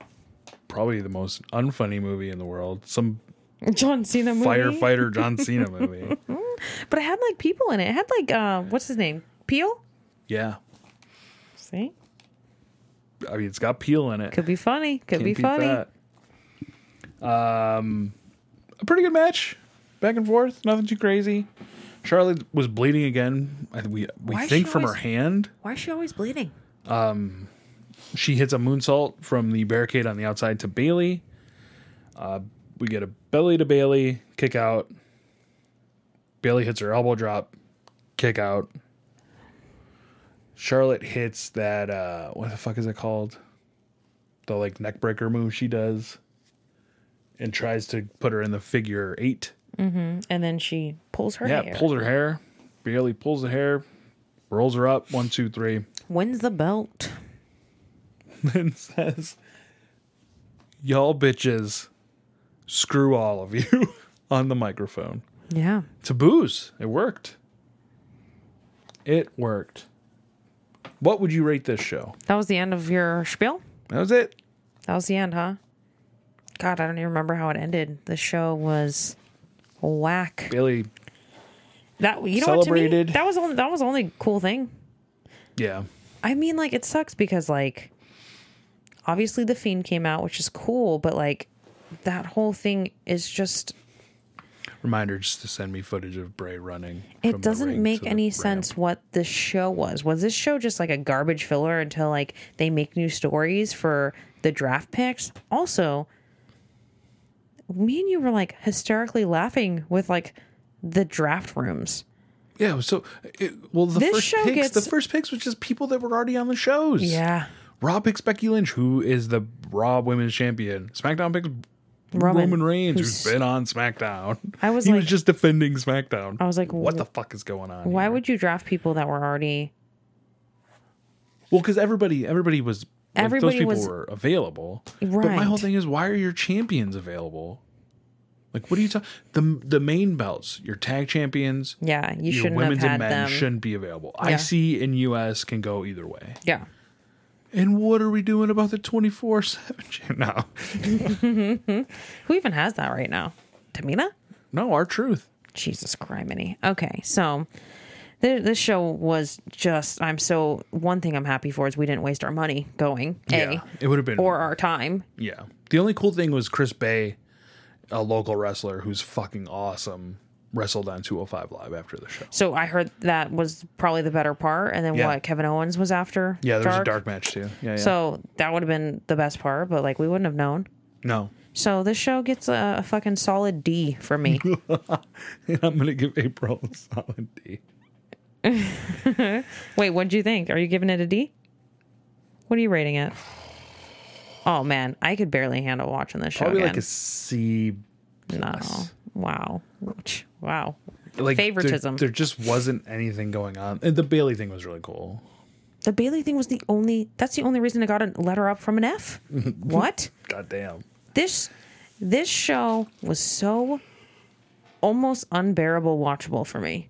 Speaker 2: probably the most unfunny movie in the world, some
Speaker 3: John Cena movie.
Speaker 2: firefighter John Cena movie.
Speaker 3: But it had like people in it. It had like uh, what's his name? Peel.
Speaker 2: Yeah,
Speaker 3: See,
Speaker 2: I mean it's got Peel in it.
Speaker 3: could be funny. Could
Speaker 2: Can't
Speaker 3: be
Speaker 2: beat
Speaker 3: funny.
Speaker 2: that. Um, a pretty good match, back and forth. Nothing too crazy. Charlotte was bleeding again. I- We we
Speaker 4: Why is
Speaker 2: think
Speaker 4: she
Speaker 2: from her
Speaker 4: always-
Speaker 2: hand.
Speaker 4: Why is she always bleeding?
Speaker 2: She hits a moonsault from the barricade on the outside to Bailey. Uh, we get a belly to Bailey kick out. Bailey hits her elbow drop, kick out. Charlotte hits that uh, what the fuck is it called? The like neck breaker move she does, and tries to put her in the figure eight.
Speaker 3: and then she pulls her
Speaker 2: yeah,
Speaker 3: hair.
Speaker 2: pulls her hair. Bailey pulls the hair, rolls her up. One, two, three.
Speaker 3: Wins the belt.
Speaker 2: and says, Y'all bitches, screw all of you on the microphone.
Speaker 3: Yeah.
Speaker 2: To booze. It worked. It worked. What would you rate this show?
Speaker 3: That was the end of your spiel.
Speaker 2: That was it.
Speaker 3: That was the end, huh? God, I don't even remember how it ended. The show was whack.
Speaker 2: Bailey,
Speaker 3: That you know what to
Speaker 2: Celebrated.
Speaker 3: me? That was only, that was the only cool thing.
Speaker 2: yeah.
Speaker 3: I mean, like it sucks because like obviously the fiend came out, which is cool, but like that whole thing is just
Speaker 2: Reminder just to send me footage of Bray running. from the
Speaker 3: it doesn't
Speaker 2: ring
Speaker 3: make
Speaker 2: to the
Speaker 3: any
Speaker 2: ramp.
Speaker 3: sense what this show was. Was this show just like a garbage filler until like they make new stories for the draft picks? Also, me and you were like hysterically laughing with like the draft rooms.
Speaker 2: Yeah, so it, well the
Speaker 3: This
Speaker 2: first
Speaker 3: show
Speaker 2: picks the
Speaker 3: gets-
Speaker 2: first picks was just people that were already on the shows.
Speaker 3: Yeah.
Speaker 2: Raw picks Becky Lynch, who is the Raw Women's Champion. SmackDown picks Roman,
Speaker 3: Roman,
Speaker 2: Reigns,
Speaker 3: who's-
Speaker 2: who's been on SmackDown.
Speaker 3: I was
Speaker 2: he
Speaker 3: like-
Speaker 2: was just defending SmackDown.
Speaker 3: I was like,
Speaker 2: what
Speaker 3: wh-
Speaker 2: the fuck is going on?
Speaker 3: Why
Speaker 2: here?
Speaker 3: would you draft people that were already
Speaker 2: Well, because everybody, everybody was. like,
Speaker 3: Everybody
Speaker 2: those people
Speaker 3: was-
Speaker 2: were available. But my
Speaker 3: Right.
Speaker 2: whole thing is, why are your champions available? Like, what are you talking? The the main belts, your tag champions,
Speaker 3: Yeah, you
Speaker 2: your
Speaker 3: shouldn't have
Speaker 2: women's and
Speaker 3: had
Speaker 2: men
Speaker 3: them.
Speaker 2: shouldn't be available.
Speaker 3: Yeah.
Speaker 2: IC and US can go either way.
Speaker 3: Yeah.
Speaker 2: And what are we doing about the twenty four seven? No,
Speaker 3: Who even has that right now? Tamina?
Speaker 2: no, our truth.
Speaker 3: Jesus criminy. Okay, so th- this show was just. I'm so one thing I'm happy for is we didn't waste our money going. A,
Speaker 2: Yeah, it would have been
Speaker 3: or our time.
Speaker 2: Yeah. The only cool thing was Chris Bay, a local wrestler who's fucking awesome, wrestled on 205 Live after the show.
Speaker 3: So I heard that was probably the better part. And then
Speaker 2: Yeah.
Speaker 3: what? Kevin Owens was after.
Speaker 2: Yeah, there was a dark match too. Yeah, yeah.
Speaker 3: So that would have been the best part, but like we wouldn't have known.
Speaker 2: no.
Speaker 3: So this show gets a, a fucking solid D for me.
Speaker 2: I'm going to give April a solid D.
Speaker 3: Wait, what do you think? Are you giving it a D? What are you rating it? Oh man, I could barely handle watching this show.
Speaker 2: Probably
Speaker 3: again.
Speaker 2: like a C.
Speaker 3: No. Wow. Ouch. Wow.
Speaker 2: Like there-
Speaker 3: Favoritism.
Speaker 2: There, just wasn't anything going on. And the Bailey thing was really cool.
Speaker 3: The Bailey thing was the only that's the only reason I got a letter up from an F. what?
Speaker 2: God damn.
Speaker 3: This this show was so almost unbearable watchable for me.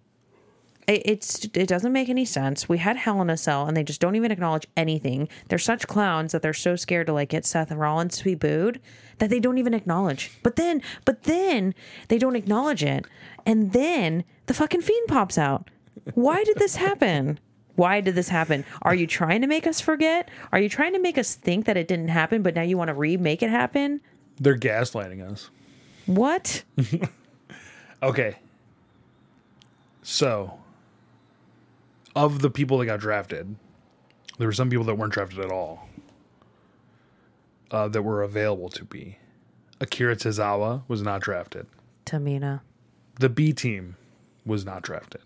Speaker 3: It, it's it doesn't make any sense. We had Hell in a Cell, and they just don't even acknowledge anything. They're such clowns that they're so scared to like get Seth Rollins to be booed that they don't even acknowledge. But then, but then they don't acknowledge it, and then the fucking fiend pops out. Why did this happen? Why did this happen? Are you trying to make us forget? Are you trying to make us think that it didn't happen, but now you want to remake it happen?
Speaker 2: They're gaslighting us.
Speaker 3: What?
Speaker 2: Okay. So, of the people that got drafted, there were some people that weren't drafted at all uh, that were available to be. Akira Tozawa was not drafted.
Speaker 3: Tamina.
Speaker 2: The B team was not drafted.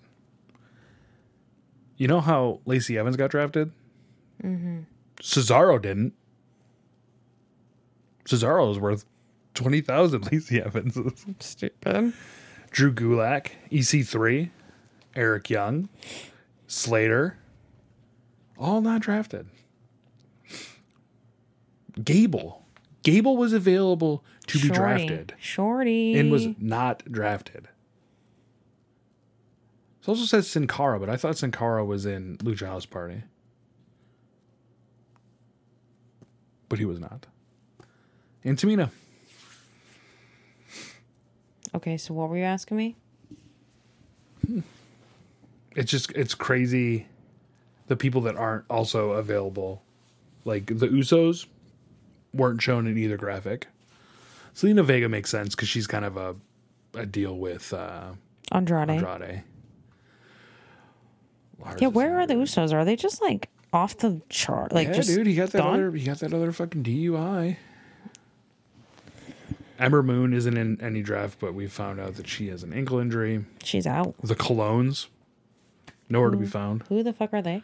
Speaker 2: You know how Lacey Evans got drafted? Mm-hmm. Cesaro didn't. Cesaro is worth 20,000 Lacey Evans is.
Speaker 3: Stupid.
Speaker 2: Drew Gulak, EC3, Eric Young, Slater, all not drafted. Gable. Gable was available to be drafted
Speaker 3: Shorty.
Speaker 2: and was not drafted. It also says Sin Cara, but I thought Sin Cara was in Lucha House Party. But he was not. And Tamina.
Speaker 3: Okay, so what were you asking me?
Speaker 2: it's just it's crazy the people that aren't also available like the usos weren't shown in either graphic selena vega makes sense because she's kind of a, a deal with uh
Speaker 3: Andrade.
Speaker 2: andrade Lars
Speaker 3: Yeah,
Speaker 2: is
Speaker 3: where
Speaker 2: in-
Speaker 3: are the Usos? Are they just like off the chart? Like
Speaker 2: yeah
Speaker 3: just
Speaker 2: dude he got that
Speaker 3: gone?
Speaker 2: other he got that other fucking dui ember moon isn't in any draft but we found out that she has an ankle injury
Speaker 3: She's out.
Speaker 2: the clones nowhere to be found
Speaker 3: Who the fuck are they?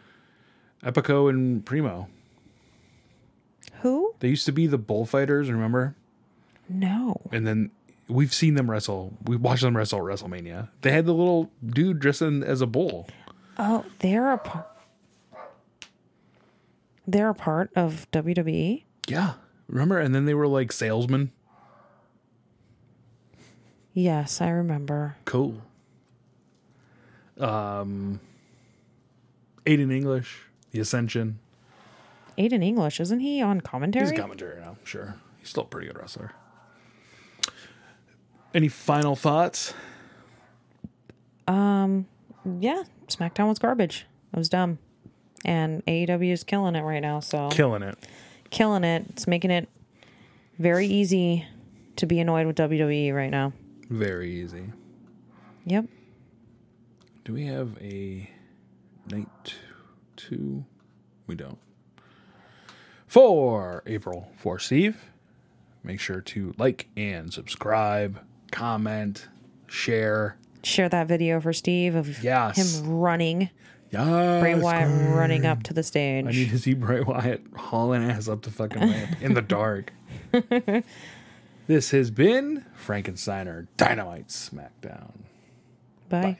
Speaker 2: epico and primo
Speaker 3: Who?
Speaker 2: They used to be the bullfighters, remember?
Speaker 3: No.
Speaker 2: And then we've seen them wrestle. We watched them wrestle at WrestleMania. They had the little dude dressing as a bull.
Speaker 3: Oh, they're a part. They're a part of E? WWE.
Speaker 2: Yeah. Remember? And then they were like salesmen.
Speaker 3: Yes, I remember.
Speaker 2: Cool. Um Aiden English, The Ascension.
Speaker 3: Aiden English isn't he on commentary?
Speaker 2: He's a commentator now, sure. He's still a pretty good wrestler. Any final thoughts?
Speaker 3: yeah, SmackDown was garbage. It was dumb. And AEW is killing it right now. So
Speaker 2: Killing it.
Speaker 3: killing it. It's making it very easy to be annoyed with WWE right now.
Speaker 2: Very easy.
Speaker 3: Yep.
Speaker 2: Do we have a night two? We don't. For April, for Steve, make sure to like and subscribe, comment, share.
Speaker 3: Share that video for Steve of
Speaker 2: Yes.
Speaker 3: him running,
Speaker 2: Yes.
Speaker 3: Bray Wyatt running up to the stage.
Speaker 2: I need to see Bray Wyatt hauling ass up the fucking ramp in the dark. this has been Frankensteiner Dynamite Smackdown.
Speaker 3: Bye.